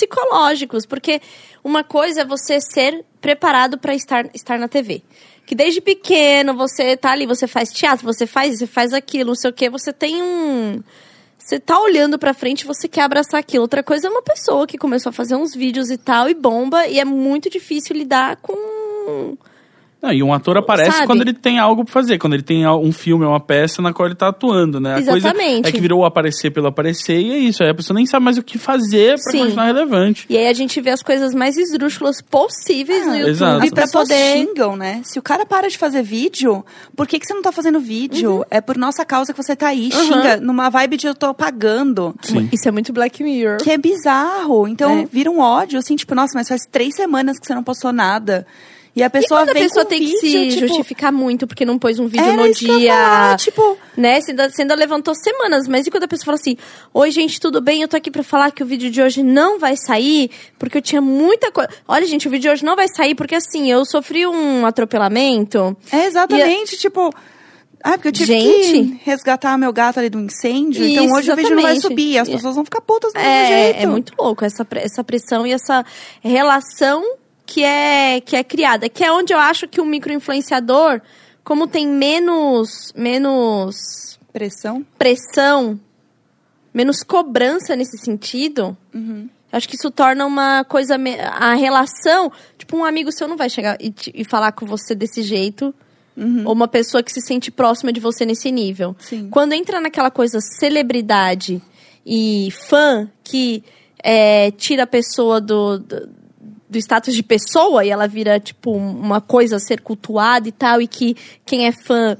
Speaker 1: psicológicos. Porque uma coisa é você ser preparado para estar, estar na TV. Que desde pequeno você tá ali, você faz teatro, você faz isso, você faz aquilo, não sei o quê, você tem um. Você tá olhando pra frente, você quer abraçar aquilo. Outra coisa é uma pessoa que começou a fazer uns vídeos e tal, e bomba, e é muito difícil lidar com.
Speaker 2: Não, e um ator aparece
Speaker 1: Sabe?
Speaker 2: quando ele tem algo pra fazer, quando ele tem al- um filme, uma peça na qual ele tá atuando, né? A
Speaker 1: Exatamente.
Speaker 2: coisa é que virou o aparecer pelo aparecer e é isso. Aí a pessoa nem sabe mais o que fazer pra
Speaker 1: Sim.
Speaker 2: continuar relevante.
Speaker 1: E aí a gente vê as coisas mais esdrúxulas possíveis no YouTube
Speaker 2: exato.
Speaker 3: As
Speaker 1: pra
Speaker 3: pessoas
Speaker 1: poder.
Speaker 3: xingam, né? Se o cara para de fazer vídeo, por que, que você não tá fazendo vídeo? É por nossa causa que você tá aí.
Speaker 1: Uhum.
Speaker 3: Xinga numa vibe de eu tô pagando.
Speaker 2: Sim.
Speaker 1: Isso é muito Black Mirror.
Speaker 3: Que é bizarro. Então
Speaker 1: É.
Speaker 3: vira um ódio, assim, tipo, nossa, mas faz três semanas que você não postou nada. E a
Speaker 1: E
Speaker 3: pessoa
Speaker 1: quando a
Speaker 3: vem
Speaker 1: pessoa
Speaker 3: com
Speaker 1: tem
Speaker 3: vídeo,
Speaker 1: que se
Speaker 3: tipo,
Speaker 1: justificar muito porque não pôs um vídeo
Speaker 3: era
Speaker 1: no
Speaker 3: isso que eu ia falar,
Speaker 1: dia.
Speaker 3: tipo,
Speaker 1: Né? Você ainda, você ainda levantou semanas, mas e quando a pessoa fala assim: Oi, gente, tudo bem? Eu tô aqui pra falar que o vídeo de hoje não vai sair, porque eu tinha muita coisa. Olha, gente, o vídeo de hoje não vai sair, porque assim, eu sofri um atropelamento.
Speaker 3: é exatamente, tipo. Ah, porque eu tive
Speaker 1: Gente.
Speaker 3: que resgatar meu gato ali do incêndio, então
Speaker 1: Isso,
Speaker 3: hoje o vídeo não vai
Speaker 1: exatamente.
Speaker 3: subir. As pessoas vão ficar putas do mesmo jeito.
Speaker 1: É, é muito louco essa, pre- essa pressão e essa relação que é, que é criada. Que é onde eu acho que o microinfluenciador, como tem menos, menos
Speaker 3: Pressão.
Speaker 1: pressão, menos cobrança nesse sentido, acho que isso torna uma coisa. me- A relação. Tipo, um amigo seu não vai chegar e, te- e falar com você desse jeito. Ou uma pessoa que se sente próxima de você nesse nível.
Speaker 3: Sim.
Speaker 1: Quando entra naquela coisa celebridade e fã que é, tira a pessoa do, do, do status de pessoa e ela vira, tipo, um- uma coisa a ser cultuada e tal, e que quem é fã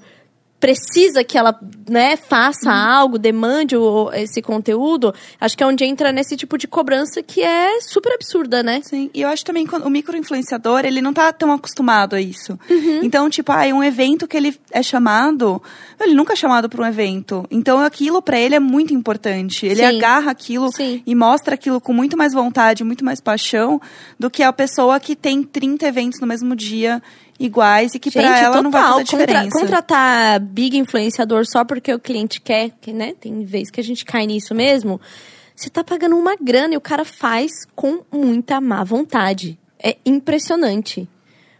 Speaker 1: precisa que ela né, faça algo, demande o- esse conteúdo, acho que é onde entra nesse tipo de cobrança que é super absurda, né?
Speaker 3: Sim, e eu acho também que o microinfluenciador, ele não tá tão acostumado a isso. Então, tipo, ah, é um evento que ele é chamado, ele nunca é chamado para um evento. Então, aquilo para ele é muito importante. Ele
Speaker 1: Sim.
Speaker 3: agarra aquilo
Speaker 1: Sim.
Speaker 3: e mostra aquilo com muito mais vontade, muito mais paixão do que a pessoa que tem 30 eventos no mesmo dia iguais e que para ela não vai fazer
Speaker 1: contra-
Speaker 3: diferença.
Speaker 1: contratar big influenciador só porque o cliente quer, que, né? Tem vez que a gente cai nisso mesmo. Você tá pagando uma grana e o cara faz com muita má vontade. É impressionante.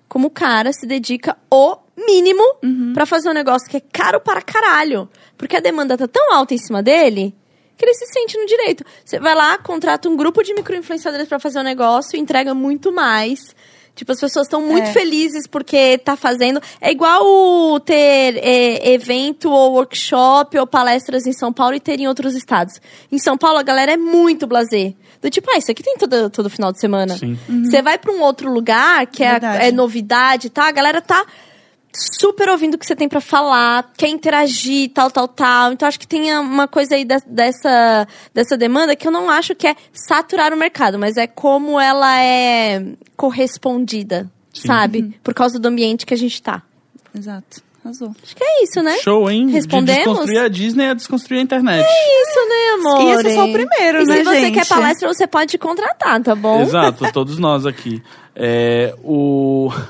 Speaker 1: Como o cara se dedica o mínimo
Speaker 3: Uhum.
Speaker 1: pra fazer um negócio que é caro para caralho. Porque a demanda tá tão alta em cima dele que ele se sente no direito. Você vai lá, contrata um grupo de microinfluenciadores pra fazer um negócio, entrega muito mais. Tipo, as pessoas estão muito
Speaker 3: É.
Speaker 1: felizes porque tá fazendo. É igual o ter é, evento ou workshop ou palestras em São Paulo e ter em outros estados. Em São Paulo, a galera é muito blazer. Do tipo, ah, isso aqui tem todo, todo final de semana.
Speaker 2: Sim.
Speaker 1: Você vai pra um outro lugar que é,
Speaker 3: Verdade.
Speaker 1: é novidade, tá? A galera tá super ouvindo o que você tem pra falar, quer interagir, tal, tal, tal. Então acho que tem uma coisa aí da- dessa, dessa demanda que eu não acho que é saturar o mercado, mas é como ela é correspondida,
Speaker 2: Sim.
Speaker 1: sabe?
Speaker 3: Uhum.
Speaker 1: Por causa do ambiente que a gente tá.
Speaker 3: Exato. Arrasou.
Speaker 1: Acho que é isso, né?
Speaker 2: Show, hein?
Speaker 1: Respondemos?
Speaker 2: De desconstruir a Disney é desconstruir a internet.
Speaker 1: Isso, né, amor?
Speaker 3: E esse é só o primeiro,
Speaker 1: E
Speaker 3: né,
Speaker 1: se você
Speaker 3: gente?
Speaker 1: quer palestra, você pode contratar, tá bom?
Speaker 2: Exato, todos nós aqui. É, o... [laughs]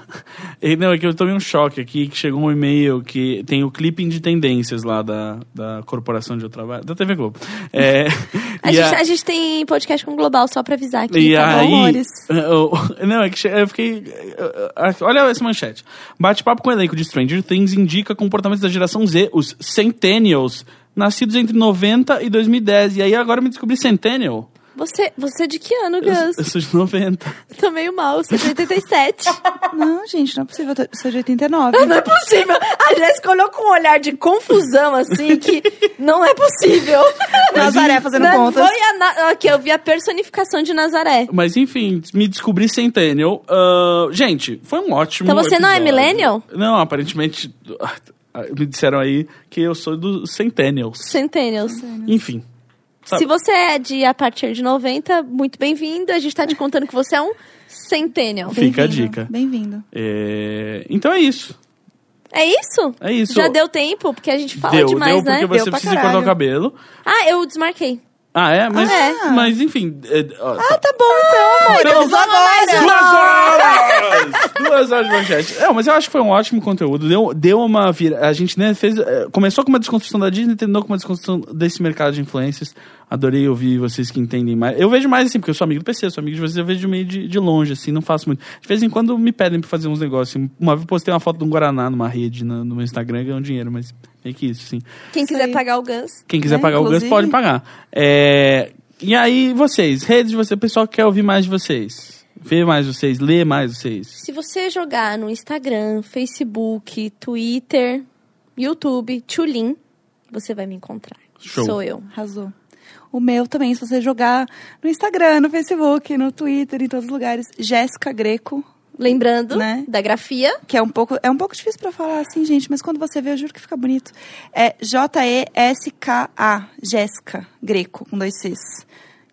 Speaker 2: E, Não, é que eu tomei um choque aqui, que chegou um e-mail que tem o clipping de tendências lá da, da corporação onde eu trabalho, da TV Globo. É,
Speaker 1: [laughs] A,
Speaker 2: e
Speaker 1: gente,
Speaker 2: a-
Speaker 1: a gente tem podcast com o Global só pra avisar aqui.
Speaker 2: E
Speaker 1: tá bom?
Speaker 2: aí, [laughs]
Speaker 3: Dolores.
Speaker 2: eu- não, é que che- eu fiquei. eu- eu- Olha essa manchete. Bate-papo com o elenco de Stranger Things indica comportamentos da geração Z, os Centennials, nascidos entre 90 e 2010. E aí agora eu me descobri Centennial.
Speaker 1: Você, você é de que ano,
Speaker 2: Eu, eu
Speaker 1: Gus?
Speaker 2: sou de 90.
Speaker 1: Tô meio mal, sou de 87.
Speaker 3: Não, gente, não é possível. Eu sou de 89.
Speaker 1: [laughs] Não é possível. A Jéssica olhou com um olhar de confusão, assim, que não é [laughs] possível.
Speaker 3: Nazaré fazendo
Speaker 1: Na-
Speaker 3: contas.
Speaker 1: Foi a na... Aqui, eu vi a personificação de Nazaré.
Speaker 2: Mas enfim, me descobri Centennial. Ah, gente, foi um ótimo.
Speaker 1: Então você não é
Speaker 2: episódio.
Speaker 1: millennial?
Speaker 2: Não, aparentemente. ah, Me disseram aí que eu sou dos Centennials.
Speaker 1: Centennials.
Speaker 2: Enfim. Sabe-
Speaker 1: Se você é de a partir de 90, muito bem-vindo. A gente tá te contando que você é um centennial.
Speaker 2: Fica a
Speaker 3: Bem-vindo,
Speaker 2: dica.
Speaker 3: Bem-vindo.
Speaker 2: É, Então é isso.
Speaker 1: É isso?
Speaker 2: É isso.
Speaker 1: Já deu tempo? Porque a gente fala
Speaker 2: deu,
Speaker 1: demais,
Speaker 2: deu porque
Speaker 1: né?
Speaker 2: você
Speaker 3: Deu pra
Speaker 2: precisa
Speaker 3: caralho.
Speaker 2: cortar o cabelo.
Speaker 1: Ah, eu desmarquei.
Speaker 2: Ah, é? Mas,
Speaker 1: é. Ah,
Speaker 2: mas enfim. é, ó, tá.
Speaker 3: Tá bom, então, amor.
Speaker 2: Pelo-
Speaker 1: mais
Speaker 2: Duas horas! Duas horas de manchete. Não, mas eu acho que foi um ótimo conteúdo. Deu, deu uma vira. A gente né, fez. eh, Começou com uma desconstrução da Disney, terminou com uma desconstrução desse mercado de influencers. Adorei ouvir vocês que entendem mais. Eu vejo mais assim, porque eu sou amigo do PC, eu sou amigo de vocês, eu vejo meio de, de longe, assim, não faço muito. De vez em quando me pedem pra fazer uns negócios. assim. Uma vez eu postei uma foto de um Guaraná numa rede na- no meu Instagram e ganhei um dinheiro, mas meio que isso, assim. sim.
Speaker 1: Quem
Speaker 3: Isso
Speaker 1: quiser
Speaker 3: aí.
Speaker 1: pagar o Gus.
Speaker 2: Quem quiser
Speaker 3: né?
Speaker 2: pagar o
Speaker 3: Inclusive.
Speaker 2: ganso pode pagar. É, E aí, vocês, redes de vocês, o pessoal quer ouvir mais de vocês. Ver mais vocês, ler mais vocês.
Speaker 1: Se você jogar no Instagram, Facebook, Twitter, YouTube, Tchulin, você vai me encontrar.
Speaker 2: Show.
Speaker 1: Sou eu.
Speaker 3: Arrasou. O meu também, se você jogar no Instagram, no Facebook, no Twitter, em todos os lugares. Jéssica Greco,
Speaker 1: Lembrando
Speaker 3: Né?
Speaker 1: da grafia.
Speaker 3: que é um pouco, é um pouco difícil pra falar assim, gente, mas quando você vê, eu juro que fica bonito. É J-E-S-K-A, Jéssica Greco, com dois Cs.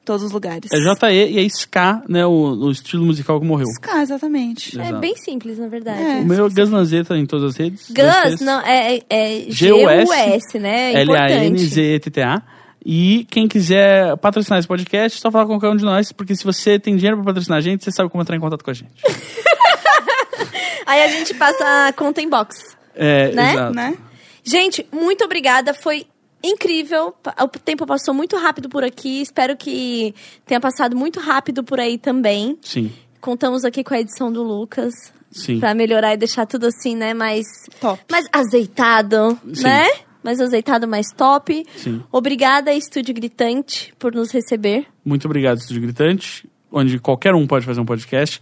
Speaker 3: Em todos os lugares.
Speaker 2: É JE e é SK, né? O, o estilo musical que morreu.
Speaker 3: Ska, exatamente.
Speaker 1: É
Speaker 2: Exato.
Speaker 1: bem simples, na verdade.
Speaker 3: É.
Speaker 2: O meu é Gus Lanzetta em todas as redes.
Speaker 1: Gus,
Speaker 2: Vocês?
Speaker 1: não, é, é
Speaker 2: G-U-S,
Speaker 1: G-U-S, né? É importante.
Speaker 2: L-A-N-Z-E-T-T-A. E quem quiser patrocinar esse podcast, é só falar com qualquer um de nós, porque se você tem dinheiro pra patrocinar a gente, você sabe como entrar em contato com
Speaker 1: [laughs]
Speaker 2: a gente.
Speaker 1: Aí a gente passa a conta em box.
Speaker 2: É,
Speaker 1: Né?
Speaker 2: exato.
Speaker 3: Né?
Speaker 1: Gente, muito obrigada. Foi incrível. Pa- O tempo passou muito rápido por aqui. Espero que tenha passado muito rápido por aí também.
Speaker 2: Sim,
Speaker 1: Contamos aqui com a edição do Lucas.
Speaker 2: sim.
Speaker 1: Pra melhorar e deixar tudo assim, né? Mais,
Speaker 3: Top.
Speaker 1: mais azeitado,
Speaker 2: Sim.
Speaker 1: né? Mais azeitado, mais top.
Speaker 2: Sim.
Speaker 1: Obrigada, Estúdio Gritante, por nos receber.
Speaker 2: Muito obrigado, Estúdio Gritante, onde qualquer um pode fazer um podcast,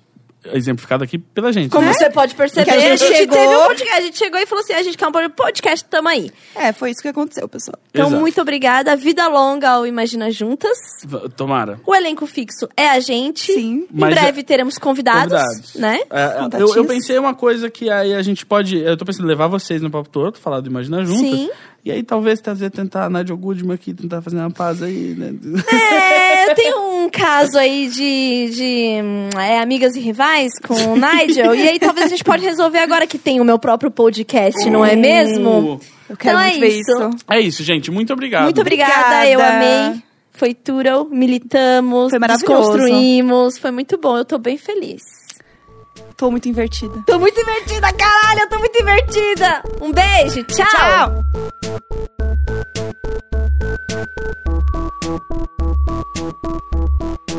Speaker 2: exemplificado aqui pela gente.
Speaker 1: Como é?
Speaker 2: né?
Speaker 1: você pode perceber,
Speaker 3: Porque a gente chegou-
Speaker 1: teve um podcast, a gente chegou e falou assim, a gente quer um podcast, tamo aí.
Speaker 3: É, foi isso que aconteceu, pessoal.
Speaker 1: Então,
Speaker 2: Exato.
Speaker 1: muito obrigada. Vida longa ao Imagina Juntas.
Speaker 2: V- Tomara.
Speaker 1: O elenco fixo é a gente. Em
Speaker 3: Sim.
Speaker 2: Mas é
Speaker 1: breve teremos convidados,
Speaker 2: Convidados.
Speaker 1: né?
Speaker 2: É, eu,
Speaker 3: Contatinhos.
Speaker 2: eu pensei uma coisa que aí a gente pode. Eu tô pensando em levar vocês no Papo Torto, falar do Imagina Juntas.
Speaker 1: Sim.
Speaker 2: E aí talvez trazer, tentar a Nadia Goodman aqui, tentar fazer uma paz aí, né?
Speaker 1: É, eu tenho um caso aí de, de hum, é, amigas e rivais com o Nigel. e aí talvez a gente pode resolver agora que tem o meu próprio podcast, não [laughs] é mesmo?
Speaker 3: Eu quero
Speaker 1: Então é
Speaker 3: muito ver
Speaker 1: isso.
Speaker 3: isso.
Speaker 2: É isso, gente. Muito obrigado.
Speaker 1: Muito obrigada,
Speaker 3: Obrigada.
Speaker 1: eu amei. Foi Tural, militamos,
Speaker 3: Foi maravilhoso.
Speaker 1: desconstruímos. Foi muito bom, eu tô bem feliz.
Speaker 3: Tô muito invertida.
Speaker 1: Tô muito divertida, caralho, eu tô muito divertida. Um beijo, tchau.
Speaker 3: Tchau!